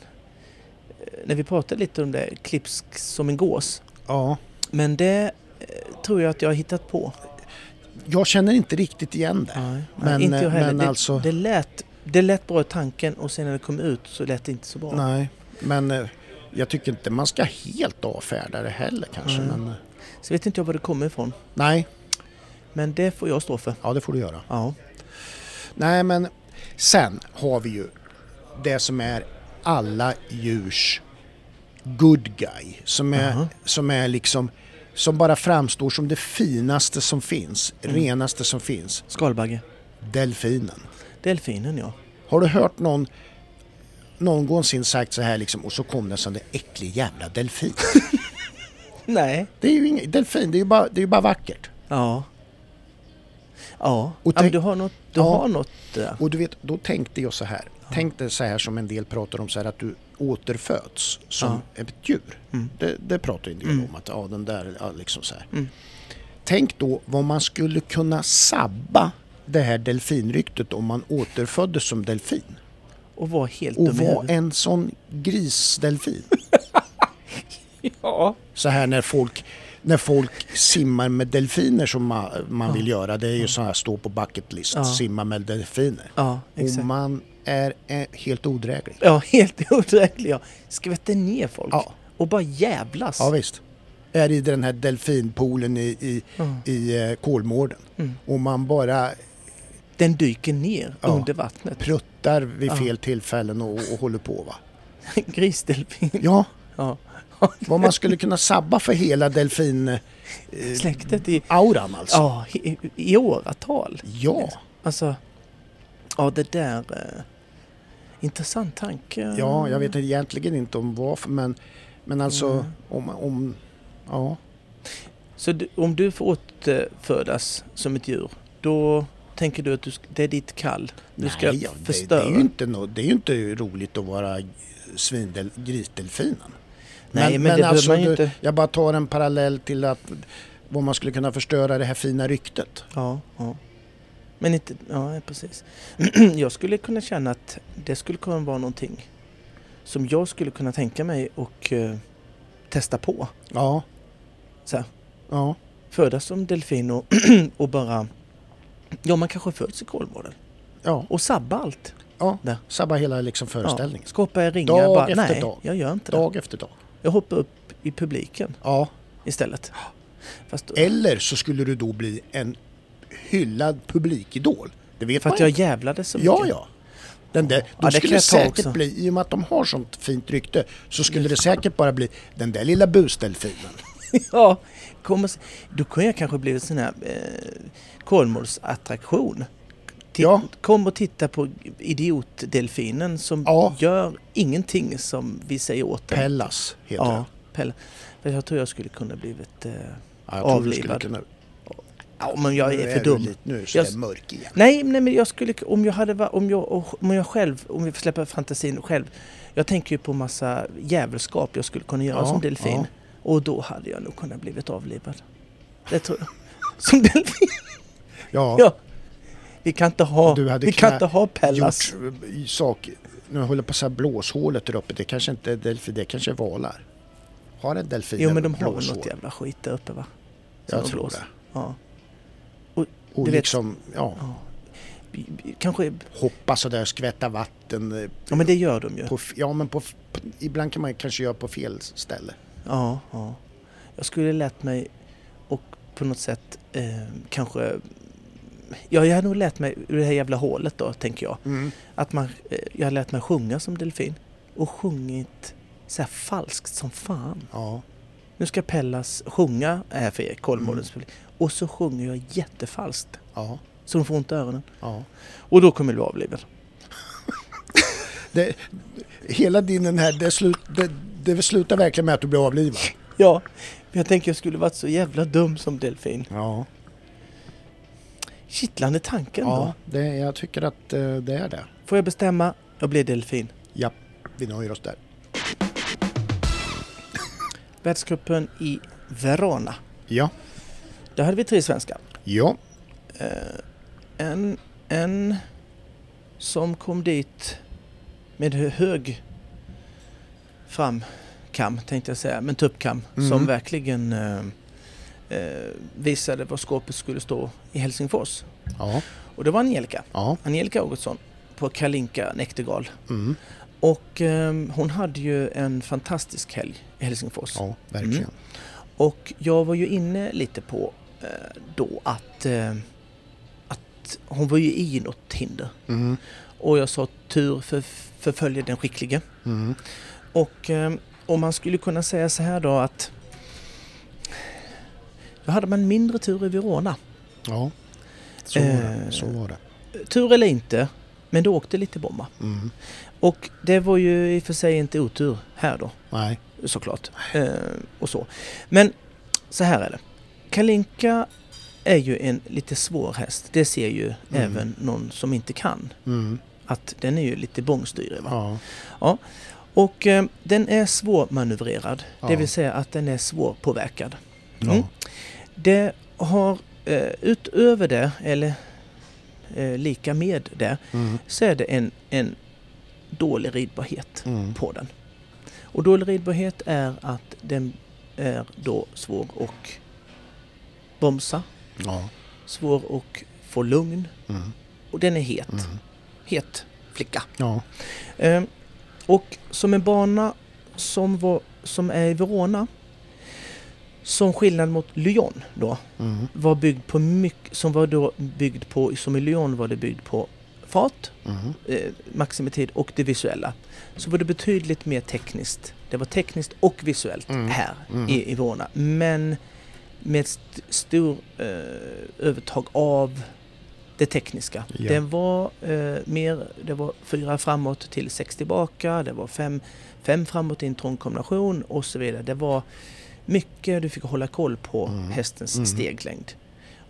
A: eh, när vi pratade lite om det, klipsk som en gås.
B: ja.
A: Men det eh, tror jag att jag har hittat på.
B: Jag känner inte riktigt igen det.
A: Nej,
B: Men,
A: inte jag
B: eh,
A: heller.
B: men
A: det,
B: alltså-
A: det, lät, det lät bra i tanken och sen när det kom ut så lät det inte så bra.
B: Nej, men eh, jag tycker inte man ska helt avfärda det heller kanske.
A: Mm.
B: Men, eh,
A: Så vet inte jag var det kommer ifrån.
B: nej,
A: Men det får jag stå för.
B: ja det får du göra.
A: Ja.
B: Nej, men sen har vi ju det som är alla djurs good guy. Som är,
A: Aha.
B: som är liksom som bara framstår som det finaste som finns, renaste som finns.
A: Skalbagge.
B: Delfinen.
A: Delfinen ja.
B: Har du hört någon någonsin sagt så här liksom och så kom det en sån där äcklig jävla delfin. [LAUGHS]
A: Nej.
B: Det är ju ingen, delfin, det är ju bara, det är ju bara vackert.
A: Ja. Ja, ja
B: Och
A: men
B: tänk-
A: du har något, du
B: Ja.
A: har något där.
B: Och du vet, då tänkte jag så här. Tänk dig så här som en del pratar om så här att du återföds som ett djur. Det, det pratar ju en del om att ja, den där ja, liksom så här.
A: Mm.
B: Tänk då vad man skulle kunna sabba det här delfinryktet om man återföddes som delfin
A: Och var helt
B: och
A: dum i
B: var
A: huvudet.
B: en sån grisdelfin.
A: [LAUGHS] Ja.
B: Så här när folk, när folk simmar med delfiner som man, man vill göra. Det är ju så här stå på bucket list,
A: Ja.
B: simma med delfiner.
A: Ja,
B: och
A: exakt.
B: man är eh, helt odräglig.
A: Ja, [LAUGHS] helt otillräcklig ja. Skvätter ner folk.
B: Ja.
A: Och bara jävlas.
B: Ja visst. Är i den här delfinpoolen i, i,
A: Ja.
B: i eh, Kolmården.
A: Mm.
B: Och man bara
A: Den dyker ner
B: Ja.
A: under vattnet.
B: pruttar vid
A: Ja.
B: fel tillfällen och, och håller på va.
A: [LAUGHS] Grisdelfin.
B: Ja,
A: Ja.
B: vad man skulle kunna sabba för hela delfin-auran
A: Släktet i,
B: alltså.
A: ja, i, i åratal.
B: Ja,
A: Alltså, ja det där... Eh, intressant tanke.
B: ja, jag vet egentligen inte om varför men, men alltså
A: Mm.
B: om, om, ja.
A: Så du, om du får återfödas som ett djur, då tänker du att du, sk- det är ditt kall? Du ska
B: ja, det, det,
A: förstöra?
B: är ju inte nå- det är ju inte roligt att vara eh, svindel, grisdelfinen.
A: Nej, men det behöver man ju
B: alltså du-
A: inte.
B: Jag bara tar en parallell till att vad man skulle kunna förstöra det här fina ryktet.
A: Ja, ja. Men inte... Ja, precis. [CLEARS THROAT] jag skulle kunna känna att det skulle kunna vara någonting som jag skulle kunna tänka mig och eh, testa på.
B: Ja.
A: Så här.
B: Ja.
A: Födas som delfin och, [CLEARS THROAT] och bara... Ja, man kanske föds i Kolmården
B: Ja.
A: och sabba allt.
B: ja.
A: Där.
B: Sabba hela liksom
A: Ja,
B: föreställningen.
A: ska hoppa i ringar.
B: Dag
A: bara,
B: efter
A: nej,
B: dag.
A: jag gör inte det.
B: Dag efter dag.
A: Jag hoppar upp i publiken
B: Ja.
A: istället. Fast då,
B: Eller så skulle du då bli en hyllad publikidol. Det vet
A: för
B: man
A: att jag
B: inte.
A: jävlades så mycket.
B: Ja, ja. Den där,
A: Ja,
B: då
A: det kan
B: skulle
A: jag
B: det
A: ta
B: säkert
A: också.
B: bli, i och med att de har sånt fint rykte, så skulle det säkert bara bli den där lilla busdelfinen.
A: [LAUGHS] ja. Kom och, s- då kunde jag kanske blivit sån här eh, Kolmårdsattraktion. Ti-
B: Ja.
A: Kom och titta på idiotdelfinen som
B: Ja.
A: gör ingenting som vi säger åt den.
B: Pellas heter den.
A: Ja, Pelle. För jag tror jag skulle kunna blivit... Eh,
B: Ja, jag tror du skulle
A: Avlivad.
B: kunna...
A: ja, men jag
B: Nu
A: är
B: du
A: för dum.
B: lite- Nu är
A: Jag-
B: det mörk igen.
A: Nej, nej, men jag skulle, om jag hade va- om jag, om jag själv, om vi får släppa fantasin själv. Jag tänker ju på massa jävelskap jag skulle kunna göra
B: Ja,
A: som delfin.
B: ja.
A: Och då hade jag nog kunnat blivit avlivad. Det tror jag. [LAUGHS] Som delfin,
B: Ja,
A: ja. Vi kan inte ha,
B: Du hade
A: vi kan
B: knä-
A: inte ha Pellas.
B: gjort eh, sak... Nu håller jag på att säga blåshålet där uppe, det kanske inte är delfin, det kanske är valar. Har en delfin
A: Jo,
B: ett
A: men de har väl
B: blåshål?
A: något jävla skit där uppe va? Som
B: Jag
A: de
B: tror
A: blåser.
B: det.
A: Ja.
B: Och
A: Du vet-
B: liksom, ja,
A: B- b- Kanske,
B: hoppa sådär, skvätta vatten. eh,
A: ja men det gör de ju.
B: På, f- ja, men på, f- på, ibland kan man kanske göra på fel ställe.
A: Ja, ja. Jag skulle lärt mig och på något sätt eh, kanske... Ja, jag hade nog lärt mig ur det här jävla hålet då, tänker jag. Att man, eh, jag hade lärt mig sjunga som delfin. Och sjungit så här falskt som fan.
B: Ja.
A: Nu ska Pellas sjunga här för er, Kolmårdens publik. Och så sjunger jag jättefalskt.
B: Ja.
A: Så de får ont i öronen.
B: Ja.
A: Och då kommer du bli avlivad.
B: Det, hela din den här, det, slut, det, det slutar verkligen med att du blir avlivad.
A: Ja, men jag tänker jag skulle varit så jävla dum som delfin.
B: Ja.
A: Kittlande tanken då.
B: Ja, det, jag tycker att eh, det är det.
A: Får jag bestämma? Jag blir delfin.
B: Ja, vi nöjer oss där.
A: Världscupen i Verona.
B: Ja.
A: Där hade vi tre svenskar.
B: Ja.
A: Eh, En, en som kom dit med hög framkam tänkte jag säga, men tuppkam
B: Mm.
A: som verkligen eh, eh, visade var skåpet skulle stå i Helsingfors.
B: Ja,
A: Och det var Angelica,
B: ja.
A: Angelica Augustsson på Kalinka Näktergal.
B: Mm.
A: Och ehm, hon hade ju en fantastisk helg i Helsingfors.
B: ja verkligen.
A: Mm. Och jag var ju inne lite på eh, då att, eh, att hon var ju i något hinder.
B: Mm.
A: Och jag sa tur för, förföljer den skicklige.
B: Mm.
A: Och eh, om man skulle kunna säga så här då att då hade man mindre tur i Verona.
B: Ja, så var
A: Eh.
B: det. Så var det.
A: Tur eller inte, men då åkte lite bomba.
B: Mm.
A: Och det var ju i och för sig inte otur här då.
B: Nej.
A: såklart. Eh, och så. Men så här är det. Kalinka är ju en lite svår häst. Det ser ju
B: Mm.
A: även någon som inte kan.
B: Mm.
A: Att den är ju lite bångstyrig. Va?
B: Ja.
A: Och eh, den är svårmanövrerad. Det
B: Ja.
A: vill säga att den är svårpåverkad. Mm.
B: Ja.
A: Det har eh, utöver det, eller eh, lika med det,
B: Mm.
A: så är det en, en dålig ridbarhet
B: Mm.
A: på den. Och dålig ridbarhet är att den är då svår och bromsa,
B: Ja.
A: svår och få lugn
B: Mm.
A: och den är het.
B: Mm.
A: Het flicka.
B: Ja.
A: Ehm, och som en bana som, var, som är i Verona, som skillnad mot Lyon då,
B: Mm.
A: var byggd på mycket, som var då byggd på, som i Lyon var det byggd på fart,
B: Mm.
A: eh, maximitid och det visuella. Så var det betydligt mer tekniskt. Det var tekniskt och visuellt
B: Mm.
A: här
B: Mm.
A: i, i Verona. Men med ett st- stor eh, övertag av det tekniska.
B: Ja.
A: Den var eh, mer, det var fyra framåt till sex tillbaka, det var fem, fem framåt i en trång kombination och så vidare. Det var mycket du fick hålla koll på
B: Mm.
A: hästens
B: Mm.
A: steglängd.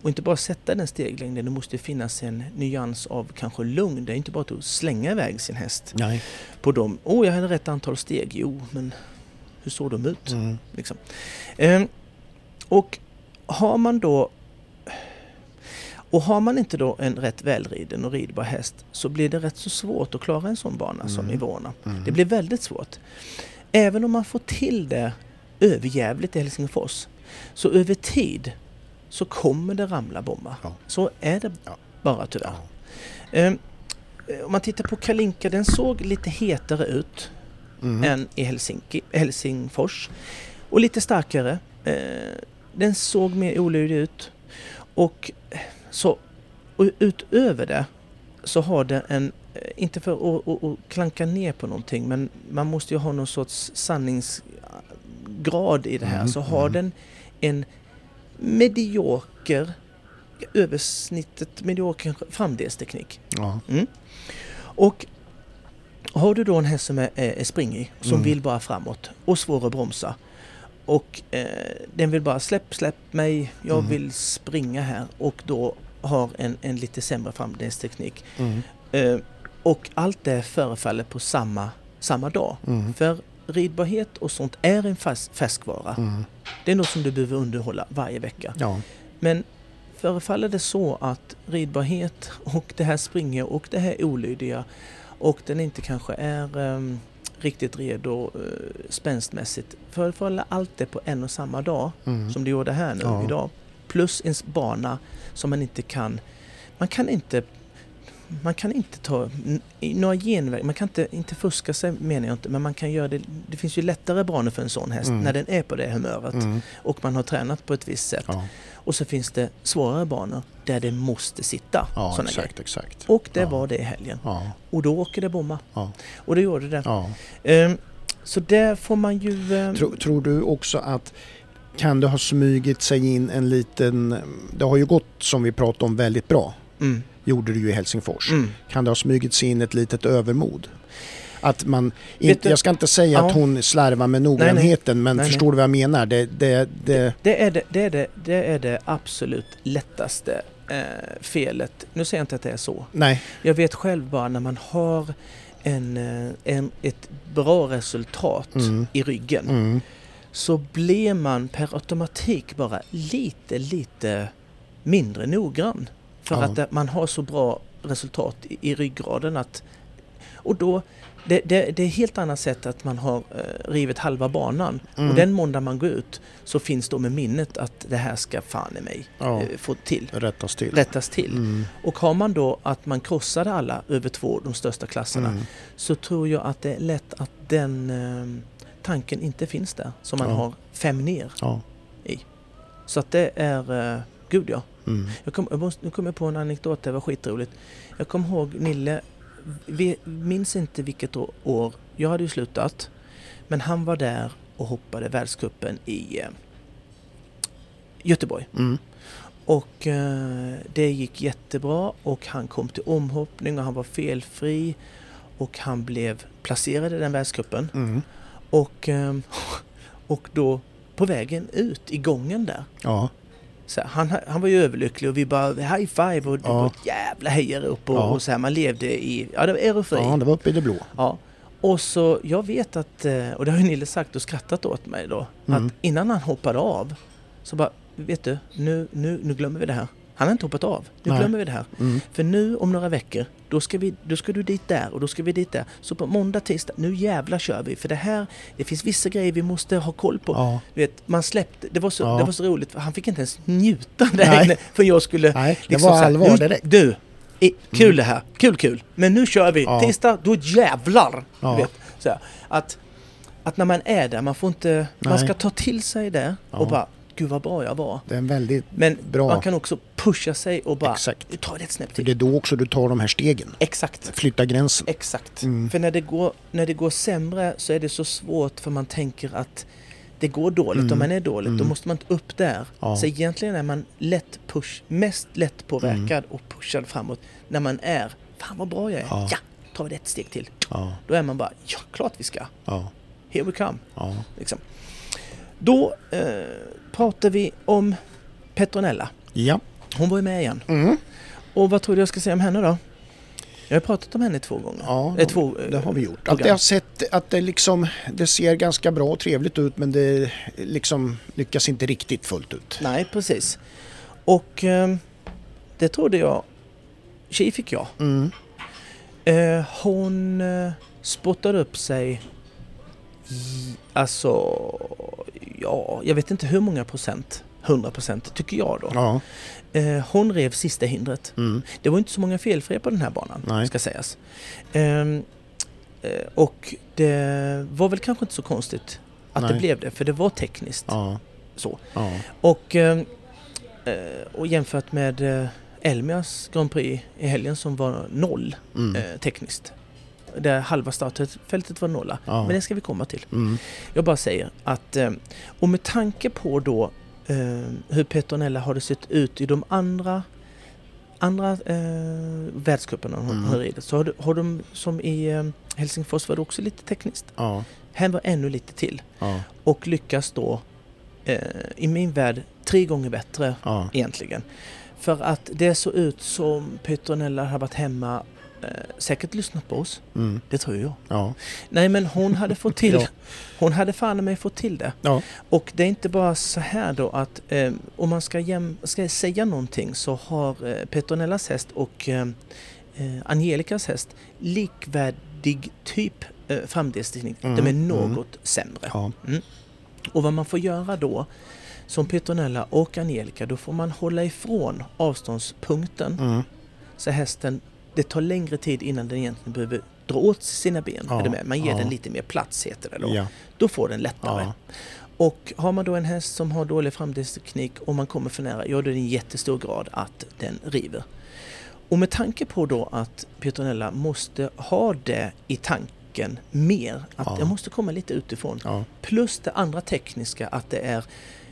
A: Och inte bara sätta den steglängden, det måste ju finnas en nyans av kanske lugn. Det är inte bara att slänga iväg sin häst
B: Nej.
A: på dem. Åh, oh, jag hade rätt antal steg. Jo, men hur såg de ut?
B: Mm.
A: Liksom. Ehm, och har man då och har man inte då en rätt välriden och ridbar häst så blir det rätt så svårt att klara en sån bana som
B: Mm.
A: Ivona.
B: Mm.
A: Det blir väldigt svårt. Även om man får till det överjävligt i Helsingfors så över tid så kommer det ramla bombar.
B: Ja.
A: Så är det
B: Ja.
A: bara tyvärr.
B: Ja.
A: Ehm, om man tittar på Kalinka, den såg lite hetare ut
B: Mm.
A: än i Helsinki, Helsingfors. Och lite starkare. Eh, den såg mer olydig ut. Och, eh, så, och utöver det så har den en, eh, inte för att, att, att klanka ner på någonting, men man måste ju ha någon sorts sanningsgrad i det här.
B: Mm,
A: Så har
B: mm.
A: den en medioker, översnittet medioker framdelsteknik.
B: Ja.
A: Mm. Och har du då en häst som är, är springig, som
B: Mm.
A: vill bara framåt och svår att bromsa. Och eh, den vill bara släpp, släpp mig, jag
B: Mm.
A: vill springa här och då har en, en lite sämre framdelsteknik.
B: Mm.
A: Eh, och allt det förefaller på samma, samma dag.
B: Mm.
A: För ridbarhet och sånt är en fas, färskvara.
B: Mm.
A: Det är något som du behöver underhålla varje vecka.
B: Ja.
A: Men förefaller det så att ridbarhet och det här springer och det här olydiga och den inte kanske är ehm, riktigt redo uh, spänstmässigt. Förefaller allt det på en och samma dag
B: Mm.
A: som det gjorde här nu
B: Ja.
A: idag. Plus en bana som man inte kan... Man kan inte man kan inte ta n- i några genvägar, man kan inte, inte fuska sig menar jag inte, men man kan göra det. Det finns ju lättare banor för en sån häst
B: Mm.
A: när den är på det humöret
B: Mm.
A: och man har tränat på ett visst sätt.
B: Ja.
A: Och så finns det svårare banor där det måste sitta.
B: Ja,
A: såna grejer.
B: exakt, exakt.
A: Och det
B: Ja.
A: var det i helgen.
B: Ja.
A: Och då åker det bomma.
B: Ja.
A: Och det gjorde det.
B: Ja.
A: Ehm, så där får man ju... ehm,
B: Tror, tror du också att kan det ha smugit sig in en liten... Det har ju gått, som vi pratade om, väldigt bra.
A: mm,
B: Gjorde det ju i Helsingfors.
A: mm.
B: Kan det ha smugit sig in ett litet övermod? Att man,
A: Vet
B: inte,
A: du-
B: jag ska inte säga
A: Ja.
B: att hon slarvar med noggrannheten, men
A: Nej,
B: förstår du vad jag menar? Det, det, det,
A: Det, är det, det, är det, det är det absolut lättaste eh, felet. Nu säger jag inte att det är så.
B: nej,
A: Jag vet själv bara när man har en, eh, en, ett bra resultat
B: Mm.
A: i ryggen
B: mm,
A: så blir man per automatik bara lite, lite mindre noggrann. För
B: Ja.
A: att det- man har så bra resultat i, i ryggraden. Att, och då, det, det, det är ett helt annat sätt att man har eh, rivit halva banan.
B: Mm.
A: Och den måndag man går ut så finns då med minnet att det här ska fan i mig
B: Ja.
A: eh, få till,
B: Rättas till.
A: rättas till.
B: Mm.
A: Och har man då att man krossade alla över två, de största klasserna,
B: Mm.
A: så tror jag att det är lätt att den eh, tanken inte finns där som man
B: Ja.
A: har fem ner.
B: Ja.
A: Så att det är, eh, gud ja.
B: Mm.
A: Jag kom, jag måste, nu kom jag på en anekdot, det var skitroligt. Jag kom ihåg Nille, vi, minns inte vilket å- år, jag hade ju slutat, men han var där och hoppade världscupen i eh, Göteborg.
B: Mm.
A: Och eh, det gick jättebra och han kom till omhoppning och han var felfri och han blev placerad i den världscupen.
B: Mm.
A: Och, eh, [LAUGHS] och då på vägen ut i gången där,
B: Ja.
A: så här, han, han var ju överlycklig och vi bara high five och det
B: Ja.
A: var ett jävla hejare upp och,
B: Ja.
A: och så här, man levde i, ja det var eufori.
B: ja, det var uppe i det blå.
A: Ja. Och så jag vet att, eh, och det har ju Nille sagt och skrattat åt mig då,
B: Mm.
A: att innan han hoppade av så bara, vet du, nu, nu, nu glömmer vi det här. Han har inte hoppat av, nu
B: Nej.
A: glömmer vi det här.
B: Mm.
A: För nu om några veckor, då ska, vi, då ska du dit där och då ska vi dit där. Så på måndag, tisdag, nu jävla kör vi. För det här, det finns vissa grejer vi måste ha koll på.
B: Ja.
A: Du vet, man släppte, det var, så,
B: Ja.
A: det var så roligt, för han fick inte ens njuta där
B: Nej.
A: inne. För jag skulle...
B: Nej, det
A: liksom
B: var
A: så här,
B: allvar
A: nu-
B: direkt. Mm.
A: Du, i, kul det här, kul kul. Men nu kör vi,
B: Ja.
A: tisdag, då jävlar!
B: Ja.
A: Du vet, så här, att, att när man är där, man får inte... Man
B: Nej.
A: ska ta till sig det
B: Ja.
A: och bara, gud vad bra jag var.
B: Det är en väldigt...
A: Men
B: Bra.
A: man kan också pusha sig och bara,
B: Exakt.
A: nu tar det ett snäpp
B: För
A: till.
B: det är då också du tar de här stegen.
A: Exakt.
B: Flytta gränsen.
A: Exakt.
B: Mm.
A: För när det, går, när det går sämre så är det så svårt för man tänker att det går dåligt
B: Mm.
A: och man är dåligt. Då
B: Mm.
A: måste man inte upp där.
B: Ja.
A: Så egentligen är man lätt push, mest lätt påverkad och pushad framåt när man är Fan vad bra jag är!
B: Mm. Ja.
A: Ja! Tar vi det ett steg till.
B: Ja,
A: Då är man bara Ja, klart vi ska!
B: ja,
A: Here we come!
B: ja.
A: Liksom. Då eh, pratar vi om Petronella.
B: Ja.
A: Hon var ju med igen.
B: Mm.
A: Och vad tror du jag ska säga om henne då? Jag har pratat om henne två gånger.
B: Ja,
A: Eh, två, eh,
B: det har vi gjort. Att
A: program.
B: jag har sett att det, liksom, det ser ganska bra och trevligt ut men det liksom lyckas inte riktigt fullt ut.
A: Nej, precis. Och eh, det trodde jag. Tji fick jag.
B: Mm.
A: Eh, hon eh, spottade upp sig i- Alltså, ja, jag vet inte hur många procent. 100 procent tycker jag då.
B: Ja.
A: Eh, hon rev sista hindret.
B: Mm.
A: Det var inte så många felfria på den här banan,
B: Nej.
A: ska sägas. Ehm, eh, och det var väl kanske inte så konstigt att det
B: Nej.
A: blev det, för det var tekniskt
B: Ja.
A: så.
B: Ja.
A: Och, eh, eh, och jämfört med eh, Elmias Grand Prix i helgen som var noll
B: Mm.
A: eh, tekniskt. Där halva startfältet var nolla.
B: Ja.
A: Men det ska vi komma till.
B: Mm.
A: Jag bara säger att, eh, och med tanke på då eh, hur Petronella har det sett ut i de andra andra eh, världscuperna hon
B: Mm.
A: har ridit så har, du- har de som i eh, Helsingfors var det också lite tekniskt.
B: Ja.
A: Här var ännu lite till
B: Ja.
A: och lyckas då eh, i min värld tre gånger bättre
B: Ja.
A: egentligen. För att det såg ut som Petronella hade varit hemma, eh, säkert lyssnat på oss,
B: Mm.
A: det tror jag.
B: Ja.
A: Nej men hon hade fått till,
B: [LAUGHS] Ja.
A: hon hade fan i mig fått till det.
B: Ja.
A: Och det är inte bara så här då att eh, om man ska, jäm, ska säga någonting så har eh, Petronellas häst och eh, eh, Angelicas häst likvärdig typ eh, framdelstigning. De är
B: Mm,
A: något sämre.
B: Ja.
A: Och vad man får göra då som Petronella och Angelica, då får man hålla ifrån avståndspunkten
B: Mm.
A: så hästen, det tar längre tid innan den egentligen behöver dra åt sina ben.
B: Ja,
A: Är du med? Man ger
B: ja.
A: den lite mer plats heter det då.
B: Ja.
A: Då får den lättare.
B: Ja.
A: Och har man då en häst som har dålig framdelsteknik och man kommer för nära, ja då är det en jättestor grad att den river. Och med tanke på då att Petronella måste ha det i tanken mer, att
B: Ja.
A: jag måste komma lite utifrån.
B: Ja.
A: Plus det andra tekniska att det är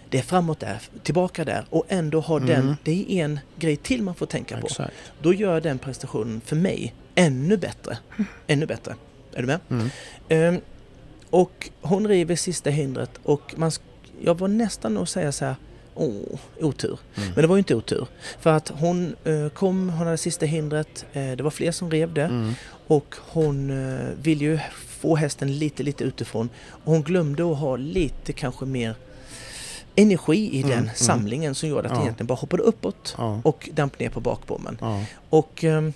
A: det är framåt där, tillbaka där och ändå har den, det är en grej till man får tänka på
B: Exakt.
A: då gör den prestationen för mig ännu bättre. Ännu bättre. Är du med?
B: Mm.
A: Ehm, och hon river sista hindret och man, sk- jag var nästan att säga så här, åh, otur. Men
B: Mm.
A: det var ju inte otur. För att hon eh, kom, hon hade sista hindret, eh, det var fler som rev det
B: Mm.
A: och hon eh, ville ju få hästen lite, lite utifrån. Och hon glömde att ha lite kanske mer energi i den
B: mm.
A: samlingen som gjorde att
B: Ja.
A: den egentligen bara hoppade uppåt
B: Ja.
A: och damp ner på bakbommen.
B: Ja.
A: Och ehm,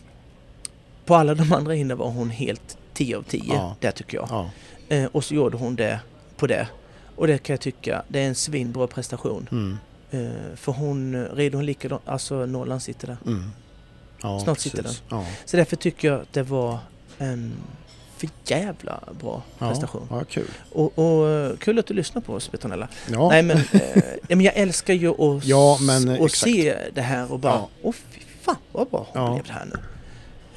A: På alla de andra hindren var hon helt 10 av 10
B: Ja.
A: där tycker jag.
B: Ja.
A: Eh, och så gjorde hon det på det. Och det kan jag tycka, det är en svinbra prestation.
B: Mm.
A: Eh, för hon, red hon likadant, alltså Norrland sitter där.
B: Mm. Ja,
A: Snart sitter
B: precis. Ja.
A: Så därför tycker jag att det var en för jävla bra
B: Ja.
A: prestation.
B: ja, kul.
A: Och, och eh, kul att du lyssnar på oss Betonella.
B: Ja.
A: Nej men, eh, nej, men jag älskar ju att,
B: [LAUGHS] Ja, men, eh,
A: att se det här och bara,
B: Ja.
A: åh fy fan vad bra hon
B: Ja.
A: blev det här nu.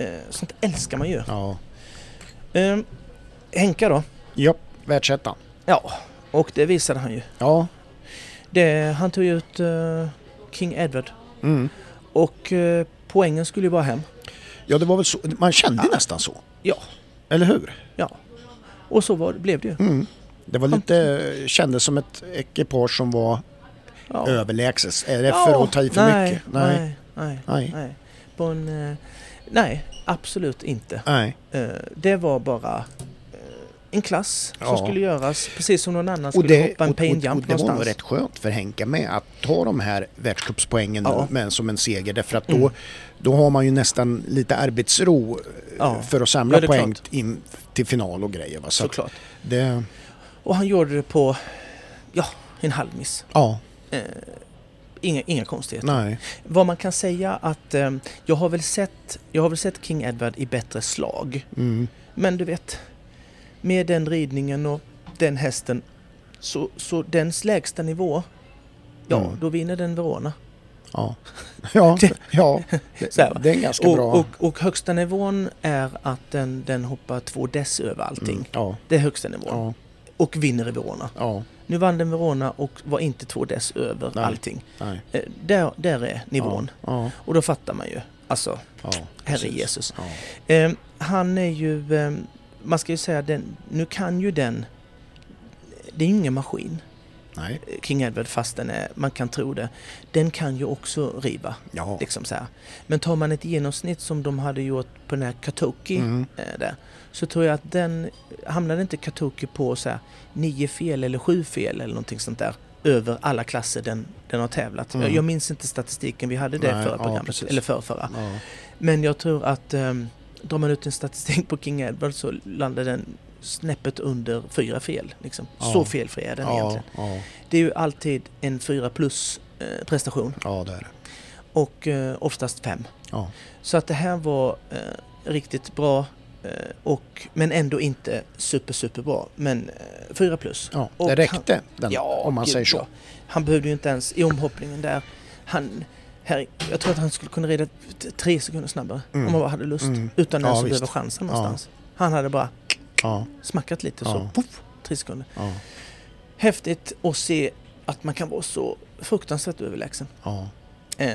A: Eh, sånt älskar man ju.
B: Ja.
A: Eh, Henka då?
B: ja, världsettan.
A: Ja, och det visade han ju.
B: Ja.
A: Det, han tog ju ut eh, King Edward
B: Mm.
A: och eh, poängen skulle ju bara hem.
B: ja, det var väl så. Man kände nästan så.
A: Ja,
B: Eller hur?
A: ja. Och så var, blev det ju.
B: Mm. Det var lite, kändes som ett ekipage som var
A: Ja.
B: överlägset. Är det för att ta i för
A: nej,
B: mycket?
A: Nej,
B: Nej.
A: nej, nej.
B: Nej.
A: På en, eh, nej, absolut inte.
B: Nej.
A: Eh, Det var bara eh, en klass
B: Ja.
A: som skulle göras, precis som någon annan
B: Och
A: skulle
B: det,
A: hoppa en
B: och,
A: pain
B: och, och
A: jump
B: det var nog
A: någonstans.
B: rätt skönt för Henka med att ta de här världscupspoängen
A: Ja.
B: nu, men som en seger därför att då,
A: Mm.
B: då har man ju nästan lite arbetsro eh,
A: Ja.
B: för att samla
A: Ja, det är
B: poäng
A: klart.
B: in till final och grejer. Va? Så att
A: Såklart.
B: det,
A: Och han gjorde det på, ja, en halv miss.
B: ja,
A: Eh, Inga, inga konstigheter.
B: nej.
A: Vad man kan säga att eh, jag, har väl sett, jag har väl sett King Edward i bättre slag.
B: Mm.
A: Men du vet, med den ridningen och den hästen, så, så dens lägsta nivå, ja,
B: Mm.
A: då vinner den Verona.
B: Ja,
A: [LAUGHS]
B: ja, ja. Det,
A: Så här, va?
B: det är en ganska bra...
A: Och, och, och högsta nivån är att den, den hoppar två dess över allting.
B: Mm, ja,
A: Det är högsta nivån.
B: ja,
A: Och vinner i Verona.
B: ja,
A: Nu vann den Verona och var inte två dess över
B: Nej.
A: allting.
B: nej.
A: Eh, Där, där är nivån.
B: Ja,
A: Och då fattar man ju. Alltså,
B: ja, ja,
A: Herre
B: precis.
A: Jesus.
B: Ja,
A: Eh, han är ju, eh, man ska ju säga den, nu kan ju den, det är ju ingen maskin,
B: nej,
A: eh, King Edward fast den är, man kan tro det. Den kan ju också riva,
B: ja.
A: liksom så här. Men tar man ett genomsnitt som de hade gjort på den här Katoki
B: Mm.
A: eh, där, så tror jag att den, hamnade inte Katoki på så här nio fel eller sju fel eller någonting sånt där över alla klasser den, den har tävlat.
B: Mm.
A: Jag, jag minns inte statistiken, vi hade det
B: Nej,
A: i förra
B: ja,
A: programmet,
B: precis.
A: eller förra, förra.
B: Ja,
A: Men jag tror att um, drar man ut en statistik på King Edward så landar den snäppet under fyra fel. Liksom.
B: Ja.
A: Så felfri är den
B: ja,
A: egentligen.
B: ja,
A: Det är ju alltid en fyra plus eh, prestation
B: ja, det är det.
A: och eh, oftast fem.
B: Ja,
A: Så att det här var eh, riktigt bra eh, och, men ändå inte super super bra. Men eh, fyra plus.
B: ja.
A: Och
B: Det räckte, den,
A: Ja,
B: om man
A: gud,
B: säger så.
A: ja. Han behövde ju inte ens i omhoppningen där. Han, här, jag tror att han skulle kunna rida t- tre sekunder snabbare
B: Mm.
A: om han bara hade lust.
B: Mm.
A: Utan
B: Ja,
A: ens att
B: visst.
A: behöva chansen någonstans. Han hade bara
B: Ja,
A: smackat lite
B: Ja.
A: så poff, tre sekunder.
B: ja,
A: Häftigt att se att man kan vara så fruktansvärt överlägsen.
B: ja.
A: Eh,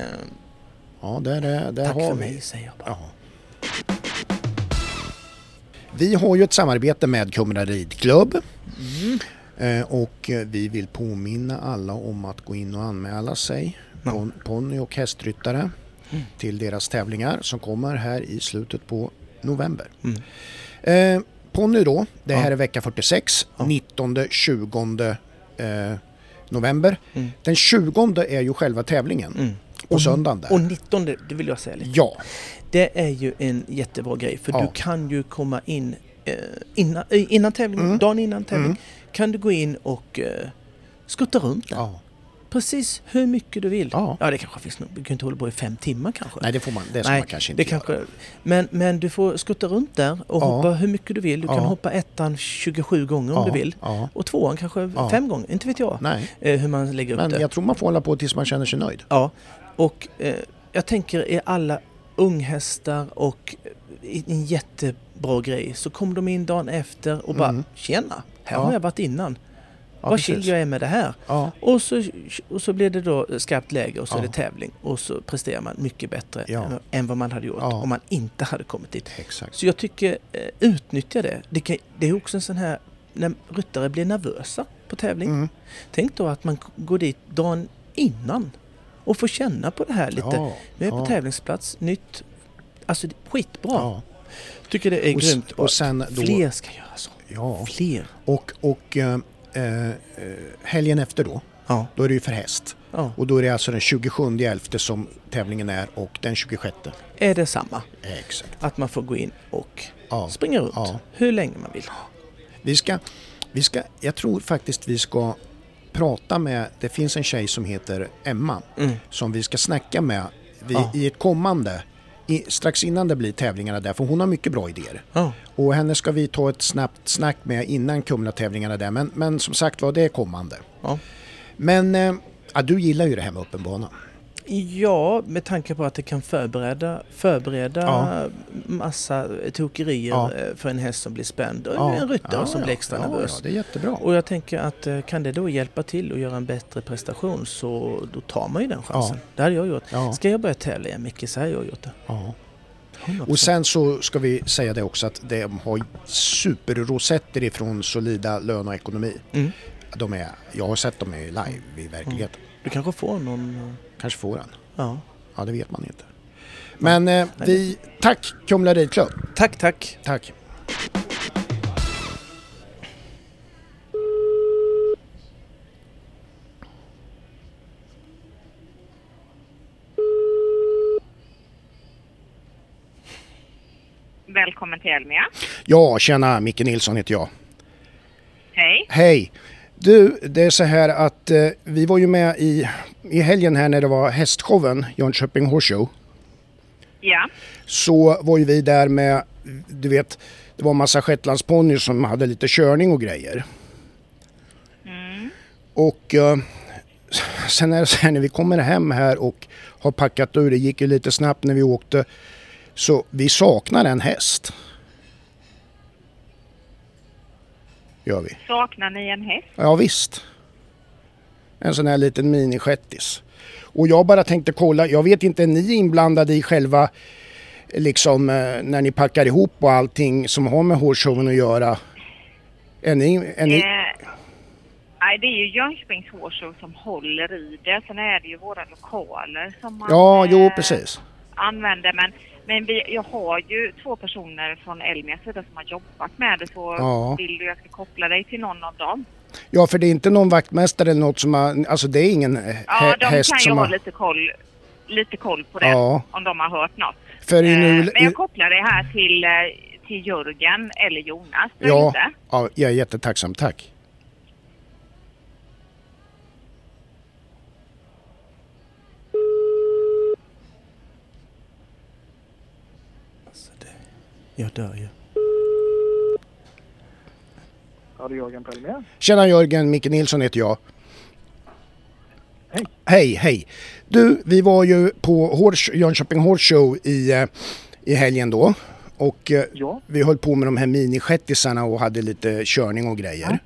B: Ja, där, är- där
A: tack
B: har
A: för
B: vi.
A: mig säger jag bara.
B: Ja. Vi har ju ett samarbete med Kumla Ridklubb
A: Mm.
B: eh, och eh, vi vill påminna alla om att gå in och anmäla sig,
A: Ja.
B: pon, ponny och hästryttare,
A: Mm.
B: till deras tävlingar som kommer här i slutet på november.
A: Mm.
B: Eh, ponny då, det här
A: Ja.
B: är vecka 46,
A: Ja.
B: 19-20 eh, november.
A: Mm.
B: Den 20 är ju själva tävlingen
A: Mm.
B: och söndagen där.
A: Och 19, det det vill jag säga lite.
B: Ja,
A: Det är ju en jättebra grej för
B: Ja.
A: du kan ju komma in eh, innan, eh, innan tävlingen,
B: Mm.
A: dagen innan tävlingen,
B: Mm.
A: kan du gå in och eh, skutta runt där.
B: ja.
A: Precis hur mycket du vill.
B: Ja.
A: ja det kanske finns nog, du kan inte hålla på i fem timmar kanske.
B: Nej, det får man, det ska
A: Nej,
B: man kanske inte
A: Det kanske, men, men du får skutta runt där och
B: Ja.
A: hoppa hur mycket du vill. Du kan
B: Ja.
A: hoppa ettan 27 gånger om
B: ja,
A: du vill.
B: Ja,
A: Och tvåan kanske
B: Ja.
A: fem gånger, inte vet jag
B: nej.
A: eh, hur man lägger upp
B: Men
A: det.
B: jag tror man får hålla på tills man känner sig nöjd.
A: Ja. Och eh, jag tänker i alla unghästar och eh, i en jättebra grej så kom de in dagen efter och bara
B: Mm.
A: tjena, här
B: Ja.
A: har jag varit innan.
B: Ja,
A: Vad
B: precis.
A: chill jag är med det här.
B: Ja,
A: Och så, och så blir det då skarpt läge och så
B: Ja.
A: är det tävling och så presterar man mycket bättre
B: Ja.
A: än, än vad man hade gjort
B: Ja.
A: om man inte hade kommit dit.
B: exakt.
A: Så jag tycker, eh, utnyttja det. Det, kan, det är också en sån här, när ryttare blir nervösa på tävling.
B: Mm.
A: Tänk då att man k- går dit dagen innan och får känna på det här lite.
B: Ja,
A: Nu är jag på
B: ja,
A: tävlingsplats, nytt. Alltså det är skitbra.
B: Ja,
A: Tycker det är
B: Och s-
A: grymt.
B: och sen då-
A: Fler ska göra så.
B: ja.
A: Fler.
B: Och, och eh, eh, helgen efter då,
A: Ja.
B: Då är det ju för häst.
A: Ja.
B: Och då är det alltså den 27 elfte som tävlingen är och den 26.
A: Är det samma?
B: Exakt.
A: Att man får gå in och
B: Ja.
A: springa runt
B: Ja.
A: hur länge man vill.
B: Vi ska, vi ska, jag tror faktiskt vi ska prata med, det finns en tjej som heter Emma som vi ska snacka med vi,
A: Ja.
B: i ett kommande, i, strax innan det blir tävlingarna där, för hon har mycket bra idéer.
A: Ja.
B: Och henne ska vi ta ett snabbt snack med innan Kumla-tävlingarna där, men, men som sagt var, det är kommande.
A: Ja.
B: Men eh, ja, du gillar ju det här med öppen bana.
A: ja, med tanke på att det kan förbereda, förbereda
B: Ja.
A: massa tokerier
B: Ja.
A: eh, för en häst som blir spänd och
B: Ja.
A: en ryttare
B: Ja,
A: som
B: ja.
A: blir extra
B: ja,
A: nervös.
B: Ja, det är jättebra.
A: Och jag tänker att eh, kan det då hjälpa till att göra en bättre prestation så då tar man ju den chansen. Det hade jag gjort.
B: Ja.
A: Ska jag börja tävla igen Micke så hade jag gjort det.
B: Ja.
A: 100%.
B: Och sen så ska vi säga det också att de har superrosetter ifrån Solida Lön och Ekonomi.
A: Mm.
B: De är, jag har sett dem i live i verkligheten.
A: Du kanske får någon... eh,
B: Kanske får han.
A: Ja.
B: Ja, det vet man inte. Men eh, vi, tack Kumla Ridklubb.
A: Tack, tack.
B: Tack.
C: Välkommen till Elmia.
B: Ja, tjena, Micke Nilsson heter jag.
C: Hej.
B: Hej! Du, det är så här att eh, vi var ju med i, i helgen här när det var hästshowen, Jönköping Horse Show.
C: Ja.
B: så var ju vi där med, du vet, det var en massa shetlandsponnyer som hade lite körning och grejer. Och eh, sen är det så här när vi kommer hem här och har packat ur, det gick ju lite snabbt när vi åkte, så vi saknar en häst. Gör vi.
C: Saknar ni en häst?
B: Ja visst. En sån här liten minishettis. Och jag bara tänkte kolla, jag vet inte, är ni inblandade i själva liksom eh, när ni packar ihop och allting som har med hårshowen att göra? Är ni, är ni,
C: Eh, nej, det är ju Jönköpings Hårshow som håller i det. Sen är det ju våra lokaler som man
B: ja,
C: eh,
B: jo precis.
C: använder. Men, men vi, jag har ju två personer från Elmias sida som har jobbat med det. Så
B: Ja.
C: vill du att jag ska koppla dig till någon av dem?
B: Ja, för det är inte någon vaktmästare eller något som har, alltså det är ingen eh, hä-
C: Ja, de
B: häst
C: kan ju
B: som
C: ha
B: har...
C: lite koll, lite koll på det.
B: Ja.
C: Om de har hört något.
B: För i
C: Eh,
B: nu...
C: men jag kopplar dig här till, eh, till Jörgen eller Jonas. där
B: Ja,
C: ute.
B: ja, jag är jättetacksam, tack.
A: Alltså det, jag dör ju.
D: Ja, det är Jörgen Pelmé.
B: Tjena Jörgen, Micke Nilsson heter jag.
D: Hej.
B: Hej, hej. Du, vi var ju på Hors, Jönköping Horse Show i, eh, i helgen då. Och eh,
D: Ja.
B: vi höll på med de här minishettisarna och hade lite körning och grejer.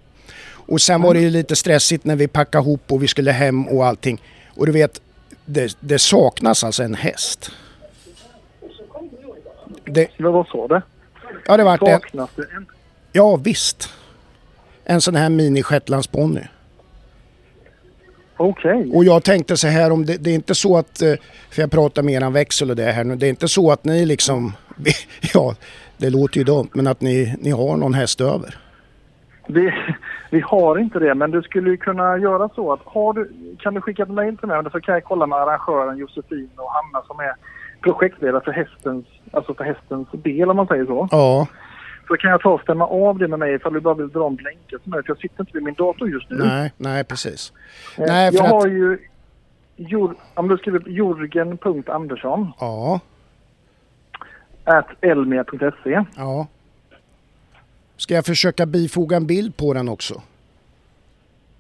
B: Och sen var det ju lite stressigt när vi packade ihop och vi skulle hem och allting. Och du vet, det, det saknas alltså en häst. Det,
D: Men vad sa du?
B: ja, det vart en,
D: Saknas det en?
B: ja, visst. En sån här mini shetlandsponny.
D: Okej.
B: Och jag tänkte så här om det, det är inte så att, eh, för jag pratar med eran växel och det här nu, det är inte så att ni liksom, [LAUGHS] ja det låter ju dumt, men att ni, ni har någon häst över.
D: Vi, vi har inte det, men du skulle ju kunna göra så att har du, kan du skicka ett mejl till mig om det, så kan jag kolla med arrangören Josefin och Hanna som är projektledare för hästens, alltså för hästens del om man säger så.
B: Ja,
D: Så kan jag ta och stämma av det med mig ifall du bara vill dra om länkar som möjligt. Jag sitter inte vid min dator just nu.
B: nej, nej precis.
D: Eh,
B: Nej, för
D: jag har
B: att,
D: ju jor, om du skriver jorgen.andersson
B: ja,
D: at elmia.se.
B: ja. Ska jag försöka bifoga en bild på den också?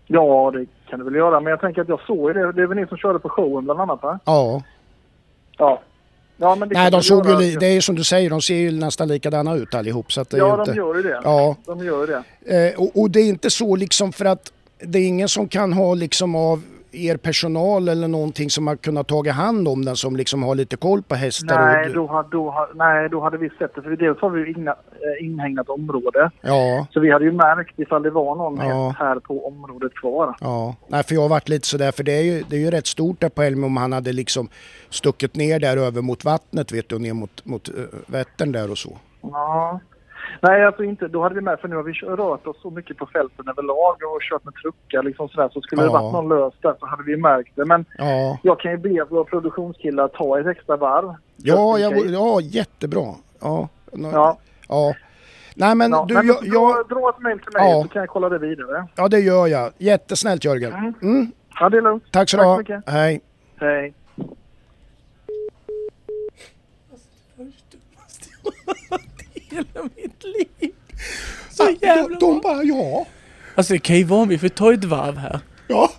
D: Ja, det kan du väl göra. Men jag tänker att jag såg ju det. Det är väl ni som körde på showen bland annat, va?
B: Ja.
D: Ja. ja men det
B: Nej,
D: kan
B: de
D: du
B: såg ju,
D: göra.
B: li- det är ju som du säger, de ser ju nästan likadana ut allihop så att det är
D: Ja,
B: ju inte...
D: de gör ju det.
B: Ja.
D: De gör ju det.
B: Eh, och, och det är inte så liksom för att det är ingen som kan ha liksom av er personal eller någonting som har kunnat ta hand om den som liksom har lite koll på hästar?
D: Nej
B: och,
D: då, ha- då, ha- nej, då hade vi sett det. För dels har vi ju inna, eh, inhägnat område.
B: Ja,
D: Så vi hade ju märkt ifall det var någon
B: Ja.
D: häst här på området kvar.
B: ja. Nej, för jag har varit lite sådär för det är ju, det är ju rätt stort där på Elm om han hade liksom stuckit ner där över mot vattnet vet du och ner mot, mot eh, Vättern där och så.
D: Ja. Nej, alltså inte. Då hade vi med, för nu har vi kö- rört oss så mycket på fälten överlag och kört med truckar liksom sådär. Så skulle det
B: Ja.
D: varit någon lös där så hade vi märkt det. Men
B: Ja,
D: jag kan ju be våra produktionskillar ta ett extra varv.
B: ja, jag,
D: Just in
B: vore- ja jättebra. Ja. nå-
D: case. Ja,
B: ja. Nej men
D: ja.
B: du,
D: men
B: jag,
D: dra,
B: jag,
D: dra ett mejl till mig
B: Ja.
D: så kan jag kolla det vidare.
B: ja det gör jag. Jättesnällt Jörgen.
D: Mm.
B: Mm,
D: Ja, det är lugnt.
B: tack så du
D: Tack
B: ha.
D: så mycket.
B: Hej.
D: Hej.
A: Det var det dummaste jag har hört i [LAUGHS] hela mitt liv. Så
B: De,
A: jävla bra.
B: de bara ja.
A: Alltså det kan ju vara om vi får ta ett varv här.
B: Ja.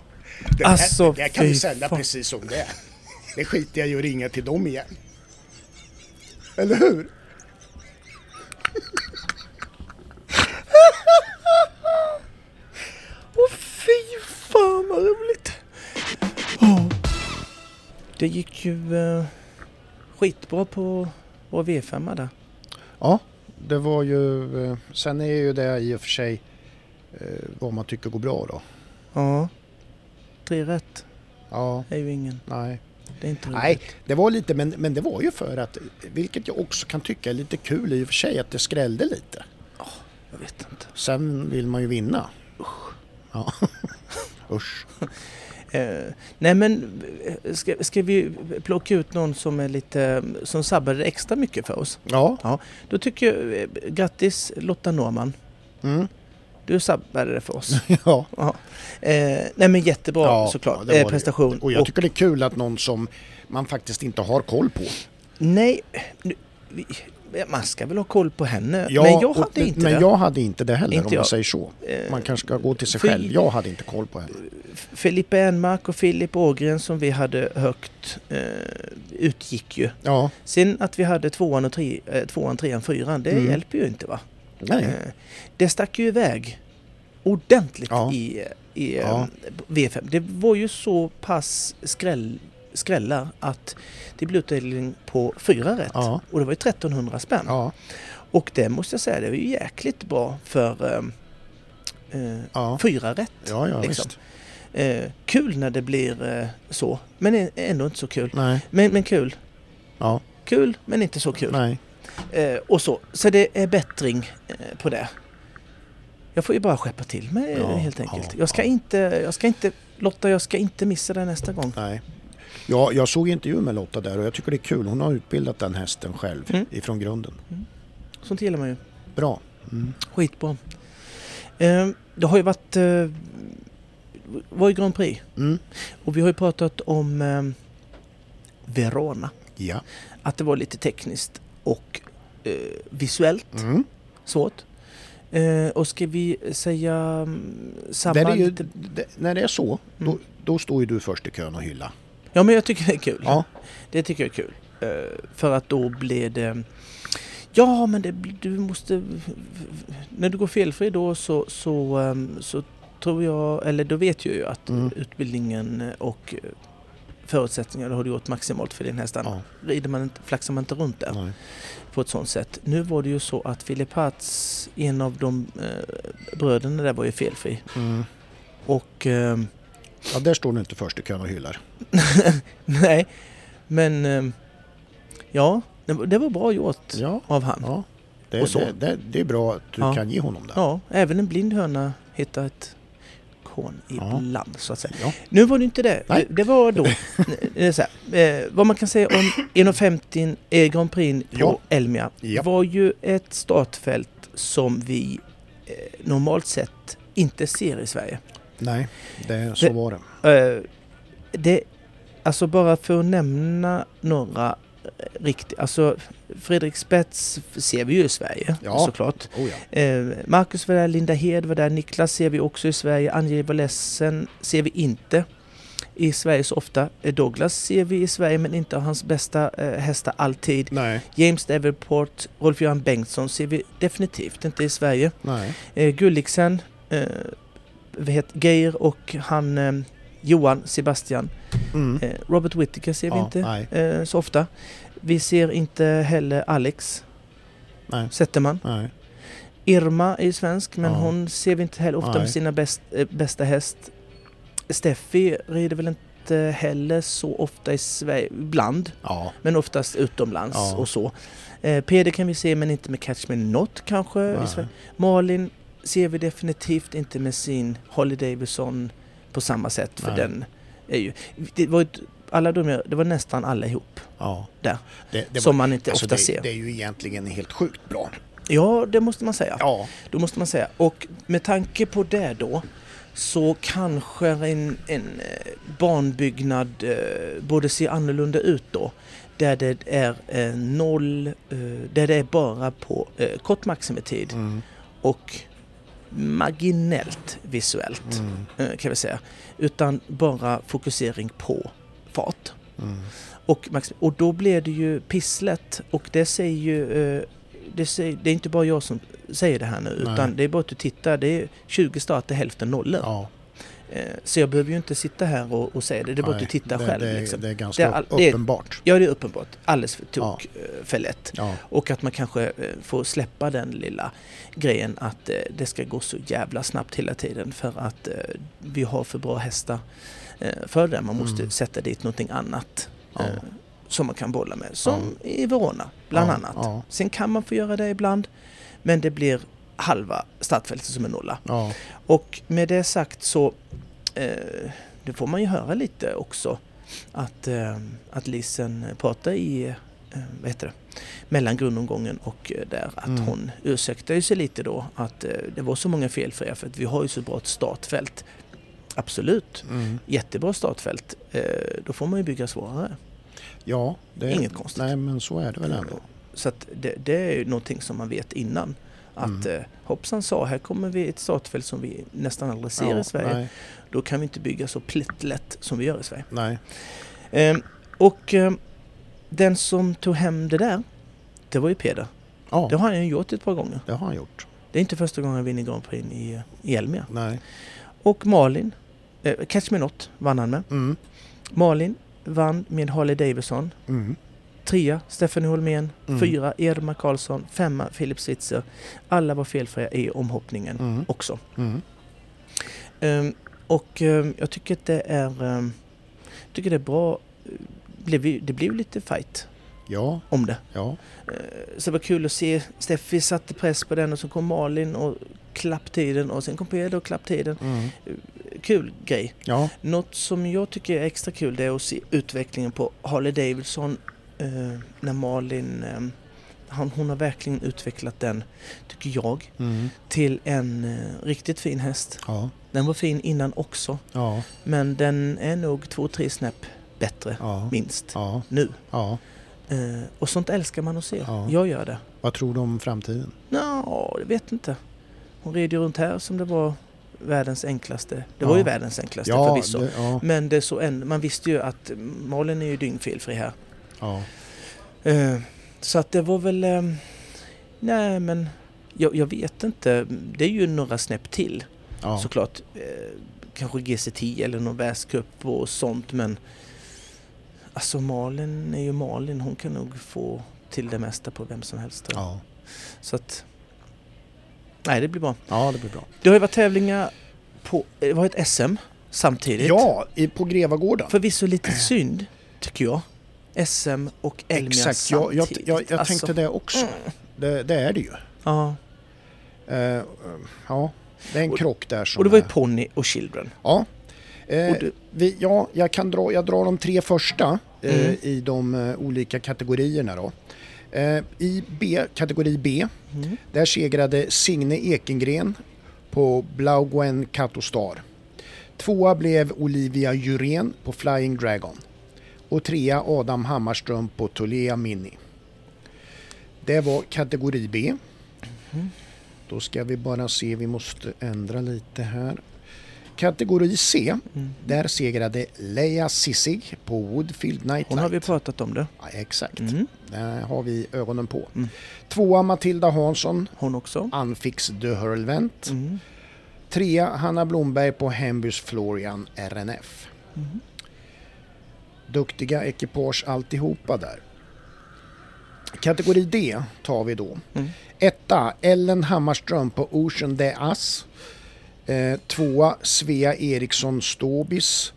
B: Det här,
A: Alltså,
B: det här kan vi
A: fy
B: sända
A: fan.
B: precis som det är. Det skiter jag i att ringa till dem igen. Eller hur?
A: Åh fy fan vad roligt! Åh. Det gick ju eh, skitbra på vår V5 där.
B: Ja, det var ju... eh, Sen är ju det i och för sig eh, vad man tycker går bra då.
A: Ja. Tre rätt
B: Ja,
A: är ju ingen.
B: nej.
A: Det är inte roligt.
B: Mm. Nej, det var lite, men, men det var ju för att, vilket jag också kan tycka är lite kul i och för sig, att det skrällde lite.
A: Jag vet inte.
B: Sen vill man ju vinna. [LAUGHS] Usch. Ja. Usch.
A: Eh, nej men eh, ska, ska vi plocka ut någon som är lite eh, som sabbade extra mycket för oss?
B: Ja. [LAUGHS]
A: Ja, då tycker jag eh, grattis Lotta Norman.
B: Mm.
A: Du sabbade det för oss. [LAUGHS]
B: ja.
A: Ja. Eh, nej men jättebra
B: Ja, ja,
A: såklart.
B: det var
A: eh,
B: det.
A: prestation.
B: Och jag tycker det är kul att någon som man faktiskt inte har koll på.
A: Nej, nu, vi, man ska väl ha koll på henne.
B: Ja,
A: men jag
B: och-
A: hade inte
B: men
A: det.
B: jag hade inte det heller
A: Inte
B: om man
A: jag.
B: säger så.
A: Eh,
B: Man kanske ska gå till sig
A: fy-
B: själv. Jag hade inte koll på henne.
A: Filippe Enmark och Filip Ågren som vi hade högt eh, utgick ju.
B: Ja,
A: Sen att vi hade tvåan, och tre, eh, tvåan trean, fyran, det
B: Mm.
A: hjälper ju inte va?
B: nej.
A: Eh, det stack ju iväg ordentligt
B: Ja.
A: i, i eh,
B: Ja.
A: V5. Det var ju så pass skräll, skrällar att det blev utdelning på fyra rätt.
B: Ja.
A: Och det var ju 1300 spänn.
B: Ja,
A: Och det måste jag säga, det var ju jäkligt bra för eh, eh,
B: ja,
A: fyra rätt.
B: ja, ja
A: liksom.
B: visst.
A: Eh, kul när det blir eh, så, men ä- ändå inte så kul.
B: Nej,
A: Men, men kul.
B: ja,
A: Kul, men inte så kul.
B: nej.
A: Eh, och så. så det är bättring eh, på det. Jag får ju bara skeppa till mig eh,
B: Ja,
A: helt enkelt.
B: ja,
A: jag, ska
B: ja.
A: inte, jag ska inte, Lotta, jag ska inte missa det nästa gång.
B: Nej. Ja, jag såg intervjun med Lotta där och jag tycker det är kul. Hon har utbildat den hästen själv
A: Mm.
B: ifrån grunden.
A: Sånt gillar man ju.
B: Bra. Mm.
A: Skitbra. Eh, det har ju varit... Eh, var ju Grand Prix.
B: Mm.
A: Och vi har ju pratat om eh, Verona.
B: Ja.
A: Att det var lite tekniskt och eh, visuellt
B: Mm.
A: svårt. Eh, och ska vi säga mm, samma...
B: Där är ju,
A: lite- Mm.
B: d- när det är så, då, då står ju du först i kön och hylla.
A: Ja, men jag tycker det är kul.
B: Ja,
A: Det tycker jag är kul. Eh, för att då blir det... Ja, men det, blir- du måste... När du går felfri då så, så, ehm, så tror jag... Eller då vet jag ju att
B: Mm.
A: utbildningen och eh, förutsättningarna har du gjort maximalt för din hästan.
B: ja,
A: Rider man inte, flaxar man inte runt där.
B: nej.
A: på ett sånt sätt. Nu var det ju så att Filip Hatz, en av de eh, bröderna där var ju felfri.
B: Mm.
A: Och eh, [LAUGHS]
B: ja, där står du inte först i kön och hyllar.
A: nej, men eh, ja, det, var- det var bra gjort
B: Ja,
A: av han. Ja.
B: ja. Det,
A: Och så.
B: det, det, det är bra att du
A: Ja.
B: kan ge honom det.
A: även en blind höna hittar ett korn
B: Ja.
A: ibland så att säga.
B: Ja.
A: Nu var det inte det.
B: Nej.
A: Det, det var
B: [LAUGHS]
A: då. det är så här, eh, vad man kan säga om 1.50 eh, Grand Prix på
B: Ja.
A: Elmia
B: Ja.
A: var ju ett startfält som vi eh, normalt sett inte ser i Sverige.
B: Nej, det, så
A: Det-
B: var det.
A: Eh, det, alltså bara för att nämna några eh, riktigt, alltså Fredrik Spets ser vi ju i Sverige
B: Ja.
A: såklart.
B: Oh, ja.
A: Eh, Marcus var där, Linda Hed var där, Niklas ser vi också i Sverige, Angeli var ledsen ser vi inte i Sverige så ofta. Eh, Douglas ser vi i Sverige men inte av hans bästa eh, hästar alltid.
B: Nej,
A: James Davenport, Rolf-Göran Bengtsson ser vi definitivt inte i Sverige.
B: nej.
A: Eh, Gulliksen, eh, vad heter Geir och han eh, Johan Sebastian.
B: Mm.
A: Eh, Robert Whittaker ser vi
B: Ja,
A: inte
B: Nej,
A: eh, så ofta. Vi ser inte heller Alex
B: nej,
A: Zetterman.
B: nej.
A: Irma är ju svensk men
B: Ja.
A: hon ser vi inte heller ofta
B: Nej.
A: med sina bäst, eh, bästa häst. Steffi rider väl inte inte heller så ofta i Sverige, ibland,
B: Ja.
A: men oftast utomlands
B: Ja.
A: och så. Eh, Peder kan vi se men inte med Catch Me Not kanske. I Sverige. Malin ser vi definitivt inte med sin Holly Davidson på samma sätt för
B: Nej.
A: den är ju... Det var, ju ett- alla de, jag- det var nästan alla ihop
B: ja.
A: där.
B: Det, det
A: Som man inte
B: alltså
A: ofta
B: det,
A: ser.
B: Det är ju egentligen helt sjukt bra.
A: Ja, det måste man säga.
B: Ja,
A: Då måste man säga. Och med tanke på det då så kanske en, en eh, barnbyggnad eh, borde se annorlunda ut då. Där det är eh, noll, eh, där det är bara på eh, kort maximitid och marginellt visuellt eh, kan vi säga. Utan bara fokusering på fart. Och, maxim- och då blev det ju pisslet och det säger ju eh, det, säger, det är inte bara jag som säger det här nu
B: Nej.
A: utan det är bara att du tittar. Det är 20 starter, hälften nollor.
B: ja.
A: Eh, Så jag behöver ju inte sitta här och, och säga det. Det är bara att du
B: Nej,
A: tittar
B: det,
A: själv.
B: Det,
A: liksom.
B: det är ganska
A: all- det är-
B: uppenbart.
A: Ja, det är uppenbart. Alldeles för
B: Ja.
A: tok eh, för lätt.
B: Ja.
A: Och att man kanske eh, får släppa den lilla grejen att eh, det ska gå så jävla snabbt hela tiden för att eh, vi har för bra hästar eh, för det. Man måste sätta dit någonting annat
B: Mm. Ja.
A: eh, som man kan bolla med. Som i Verona bland
B: Ja,
A: annat.
B: ja.
A: Sen kan man få göra det ibland men det blir halva startfältet som är nolla.
B: Ja.
A: Och med det sagt så eh, det får man ju höra lite också att, eh, att Lisen pratar i eh, vad heter det? mellan grundomgången och eh, där att
B: Mm.
A: hon ursäktar ju sig lite då att eh, det var så många felfria för att vi har ju så bra ett startfält. Absolut,
B: Mm.
A: jättebra startfält. Eh, då får man ju bygga svårare.
B: ja det,
A: Inget konstigt.
B: Nej, men så är det väl ändå.
A: Så att det, det är ju någonting som man vet innan. Att
B: Mm.
A: eh, hoppsan sa, här kommer vi ett startfält som vi nästan aldrig ser
B: Ja,
A: i Sverige.
B: Nej,
A: Då kan vi inte bygga så plittlätt som vi gör i Sverige.
B: nej.
A: Ehm, och ehm, den som tog hem det där, det var ju Peder.
B: Ja,
A: Det har han ju gjort ett par gånger.
B: det har han gjort.
A: Det är inte första gången han vinner Grand Prix i, i Elmia.
B: Nej.
A: Och Malin, eh, Catch Me Not vann han med.
B: Mm.
A: Malin vann med Harley Davidson.
B: Mm.
A: Trea, Stephanie Holmén. Fyra, Edmar Karlsson. Femma, Filip Switzer. Alla var felfria i omhoppningen
B: Mm.
A: också.
B: Mm.
A: Ehm, och ehm, jag tycker att det är, ehm, jag tycker det är bra. Det blev ju- Det blev ju lite fight
B: Ja,
A: om det.
B: ja.
A: Så det var kul att se. Steffi satte press på den och så kom Malin och klapptiden och sen kom Peder och klapptiden.
B: Mm.
A: Kul grej.
B: Ja,
A: Något som jag tycker är extra kul det är att se utvecklingen på Harley Davidson eh, när Malin, eh, han, hon har verkligen utvecklat den, tycker jag,
B: mm.
A: till en eh, riktigt fin häst.
B: ja,
A: Den var fin innan också,
B: ja,
A: men den är nog två, tre snäpp bättre,
B: ja,
A: minst,
B: ja,
A: nu.
B: ja.
A: Eh, och sånt älskar man att se.
B: Ja.
A: Jag gör det.
B: Vad tror du om framtiden?
A: Ja, jag vet inte. Hon red ju runt här som det var världens enklaste. Det var ju
B: Ja.
A: världens enklaste
B: Ja,
A: förvisso. Mm.
B: det, ja,
A: Men det är så en, man visste ju att Malin är ju dyngfelfri här.
B: ja,
A: Eh, Så att det var väl... eh, Nej men jag, jag vet inte. Det är ju några snäpp till
B: ja,
A: såklart. Eh, Kanske GC10 eller någon världscup och sånt men... Alltså Malin är ju Malin. Hon kan nog få till det mesta på vem som helst. tror jag.
B: ja.
A: Så att... Nej, det blir bra.
B: Ja, det blir bra.
A: Det har ju varit tävlingar på... eh, Det var ett SM samtidigt.
B: Ja, i, på Grevagården.
A: Förvisso lite synd, tycker jag. SM och Elmia
B: Exakt, jag, jag,
A: samtidigt.
B: jag, jag
A: Alltså,
B: tänkte det också. Det, det är det ju.
A: Ja.
B: Eh, eh, ja, det är en krock där som
A: Och det var ju
B: är-
A: Pony och Children.
B: Ja. Eh,
A: Och du-
B: vi, ja, jag kan dra, jag drar de tre första eh, i de eh, olika kategorierna då. Eh, I B, kategori B, där segrade Signe Ekengren på Blaugwen Katostar. Tvåa blev Olivia Jurén på Flying Dragon. Och trea Adam Hammarström på Tulea Mini. Det var kategori B.
A: Mhm.
B: Då ska vi bara se, vi måste ändra lite här. Kategori C,
A: Mm.
B: där segrade Leia Sissig på Woodfield Nightlight.
A: Hon har Mm. vi pratat om det.
B: ja, exakt, där har vi ögonen på.
A: Mm.
B: Tvåa Matilda Hansson,
A: Hon också.
B: Anfix de Hurlvent. Trea Hanna Blomberg på Hembys Florian RNF. Duktiga ekipage alltihopa där. Kategori D tar vi då. Etta Ellen Hammarström på Ocean de Ass. Eh, tvåa Svea Eriksson Stobis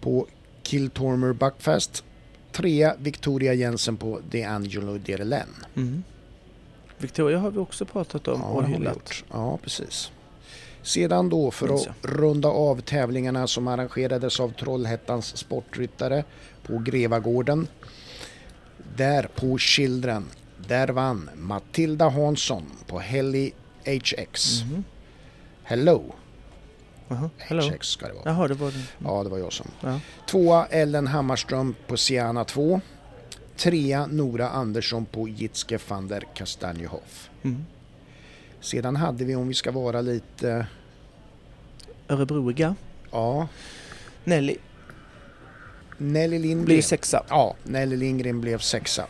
B: på Kiltormer Buckfast. Trea Victoria Jensen på DeAngelo Derelen.
A: Mm. Victoria har vi också pratat om
B: det
A: och
B: har vi
A: hyllat.
B: gjort. Ja, precis. Sedan då, för
A: Minns
B: att runda av tävlingarna som arrangerades av Trollhättans sportryttare på Grevagården. Där på Children, där vann Matilda Hansson på Heli HX.
A: Mhm.
B: Hello,
A: Jaha, Hello.
B: HX ska det vara.
A: Jaha, det var det.
B: Ja, det var jag som.
A: Ja.
B: Tvåa Ellen Hammarström på Siana 2. Trea Nora Andersson på Jitske van der Kastanjehoff.
A: Mm.
B: Sedan hade vi, om vi ska vara lite,
A: Örebroiga.
B: ja,
A: Nelly
B: Nelly Lindgren.
A: blir sexa.
B: Ja, Nelly Lindgren blev sexa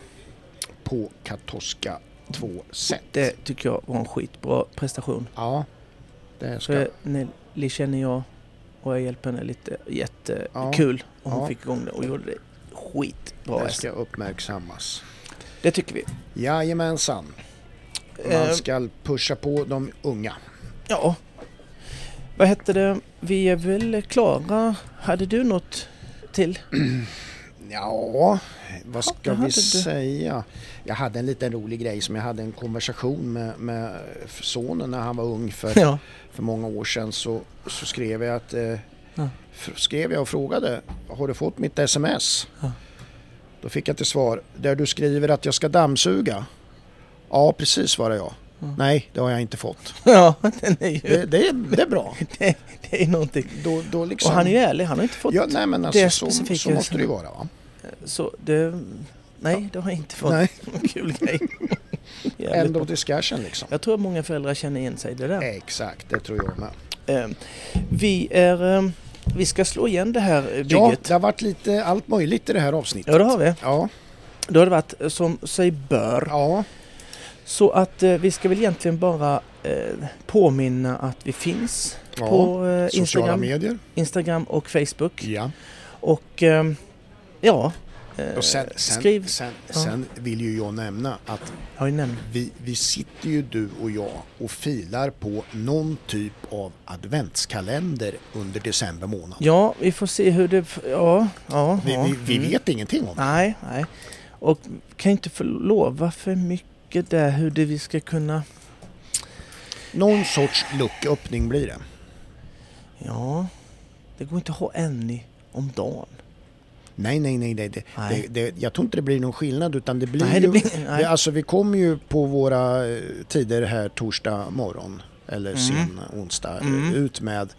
B: på Katoska 2 set.
A: Det tycker jag var en skitbra prestation.
B: Ja, det ska...
A: För Nelly känner jag och jag hjälper henne lite.
B: Ja.
A: Jättekul. Och hon
B: Ja.
A: fick igång det och gjorde det skitbra.
B: Det
A: Det,
B: ska uppmärksammas.
A: det tycker vi.
B: Jajamensan,
A: Eh,
B: man ska pusha på de unga.
A: Ja. Vad hette det? Vi är väl klara. Hade du något till?
B: Ja, vad ska
A: det hade
B: vi
A: du.
B: säga? Jag hade en liten rolig grej som jag hade en konversation med, med sonen när han var ung för,
A: Ja. [LAUGHS]
B: för många år sedan. Så, så skrev jag att eh,
A: Ja.
B: f- skrev jag och frågade har du fått mitt sms?
A: Ja.
B: Då fick jag till svar där du skriver att jag ska dammsuga. Ja, precis svarade jag. Nej, det har jag inte fått.
A: Ja, den är ju...
B: Det, det, är, det är bra.
A: Det, det är någonting.
B: Då, då liksom,
A: Och han är ju ärlig. Han har inte fått...
B: ja, nej, men alltså,
A: det
B: så,
A: specifika
B: så måste det ju vara. Va?
A: Så det... Nej, det har jag inte fått.
B: Nej.
A: [LAUGHS] Kul
B: [LAUGHS]
A: grej. Jävligt
B: End
A: bra.
B: of discussion liksom.
A: Jag tror att många föräldrar känner igen sig i det där.
B: Eh. Exakt, det tror jag med.
A: Eh, Vi, är, eh, vi ska slå igen det här eh,
B: Ja,
A: bygget.
B: det har varit lite allt möjligt i det här avsnittet.
A: Ja, det har vi.
B: Ja,
A: Då har det varit eh, som sig bör.
B: ja,
A: Så att eh, vi ska väl egentligen bara eh, påminna att vi finns
B: ja.
A: på eh,
B: Sociala
A: Instagram,
B: medier.
A: Instagram och Facebook.
B: Ja.
A: Och ehm, ja, eh,
B: Och sen, sen,
A: skriv.
B: sen,
A: Ja.
B: sen vill ju jag nämna att
A: Har ju nämnt.
B: vi, vi sitter ju du och jag och filar på någon typ av adventskalender under december månad.
A: Ja, vi får se hur det... Ja, ja.
B: Vi,
A: ja.
B: vi, vi
A: Mm.
B: vet ingenting om det.
A: Nej, nej. Och kan inte få lova för mycket där hur det vi ska kunna...
B: Någon sorts lucköppning blir det.
A: Ja, det går inte att ha en i, om dagen.
B: Nej, nej, nej. nej, det,
A: Nej.
B: Det, det, jag tror inte det blir någon skillnad utan det blir
A: Nej, det
B: ju...
A: blir- nej.
B: Det, alltså vi kommer ju på våra eh, tider här torsdag morgon eller sen onsdag eh,
A: Mm.
B: ut med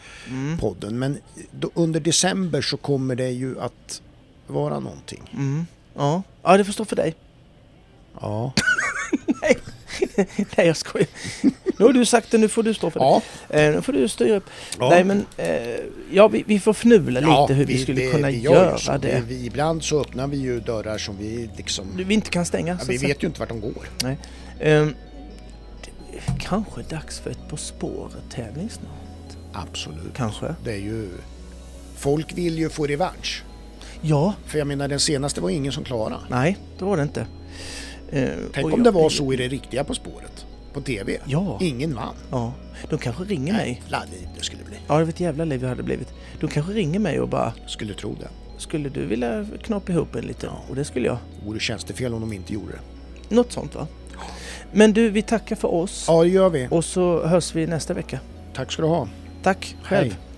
B: podden. Men då, under december så kommer det ju att vara någonting.
A: Mm. Ja. ja, det förstår för dig. [LAUGHS]
B: Ja,
A: Nej, jag
B: [LAUGHS]
A: skojar. Nu har du sagt det, nu får du stå för det.
B: ja,
A: Eh, nu får du styra upp.
B: Ja.
A: Nej, men eh, ja, vi, vi får fnula lite
B: ja
A: hur vi,
B: vi-
A: skulle
B: det-
A: kunna
B: vi gör ju
A: göra
B: så.
A: det.
B: Vi, vi, ibland så öppnar vi ju dörrar som vi liksom...
A: Vi inte kan stänga.
B: ja,
A: så
B: vi
A: att säga.
B: vet ju inte vart de går.
A: Nej. Ehm, det- kanske dags för ett På spåret-tävling snart.
B: Absolut.
A: Kanske.
B: Det är ju... Folk vill ju få revansch.
A: Ja,
B: För jag menar den senaste var ingen som klarade.
A: nej, det var det inte. Ehm,
B: Tänk
A: och
B: om
A: jag-
B: det var så i det riktiga På spåret. På TV.
A: Ja.
B: Ingen vann.
A: Ja, de kanske ringer mig.
B: Jävla liv det skulle bli.
A: Ja, det var ett jävla liv jag hade blivit. De kanske ringer mig och bara,
B: Skulle tro det.
A: skulle du vilja knappa ihop en liten? Och det skulle jag.
B: Vore tjänstefel om de inte gjorde det.
A: Något sånt va? Men du, vi tackar för oss
B: Ja, det gör vi.
A: och så hörs vi nästa vecka.
B: Tack ska du ha.
A: Tack själv.
B: Hej.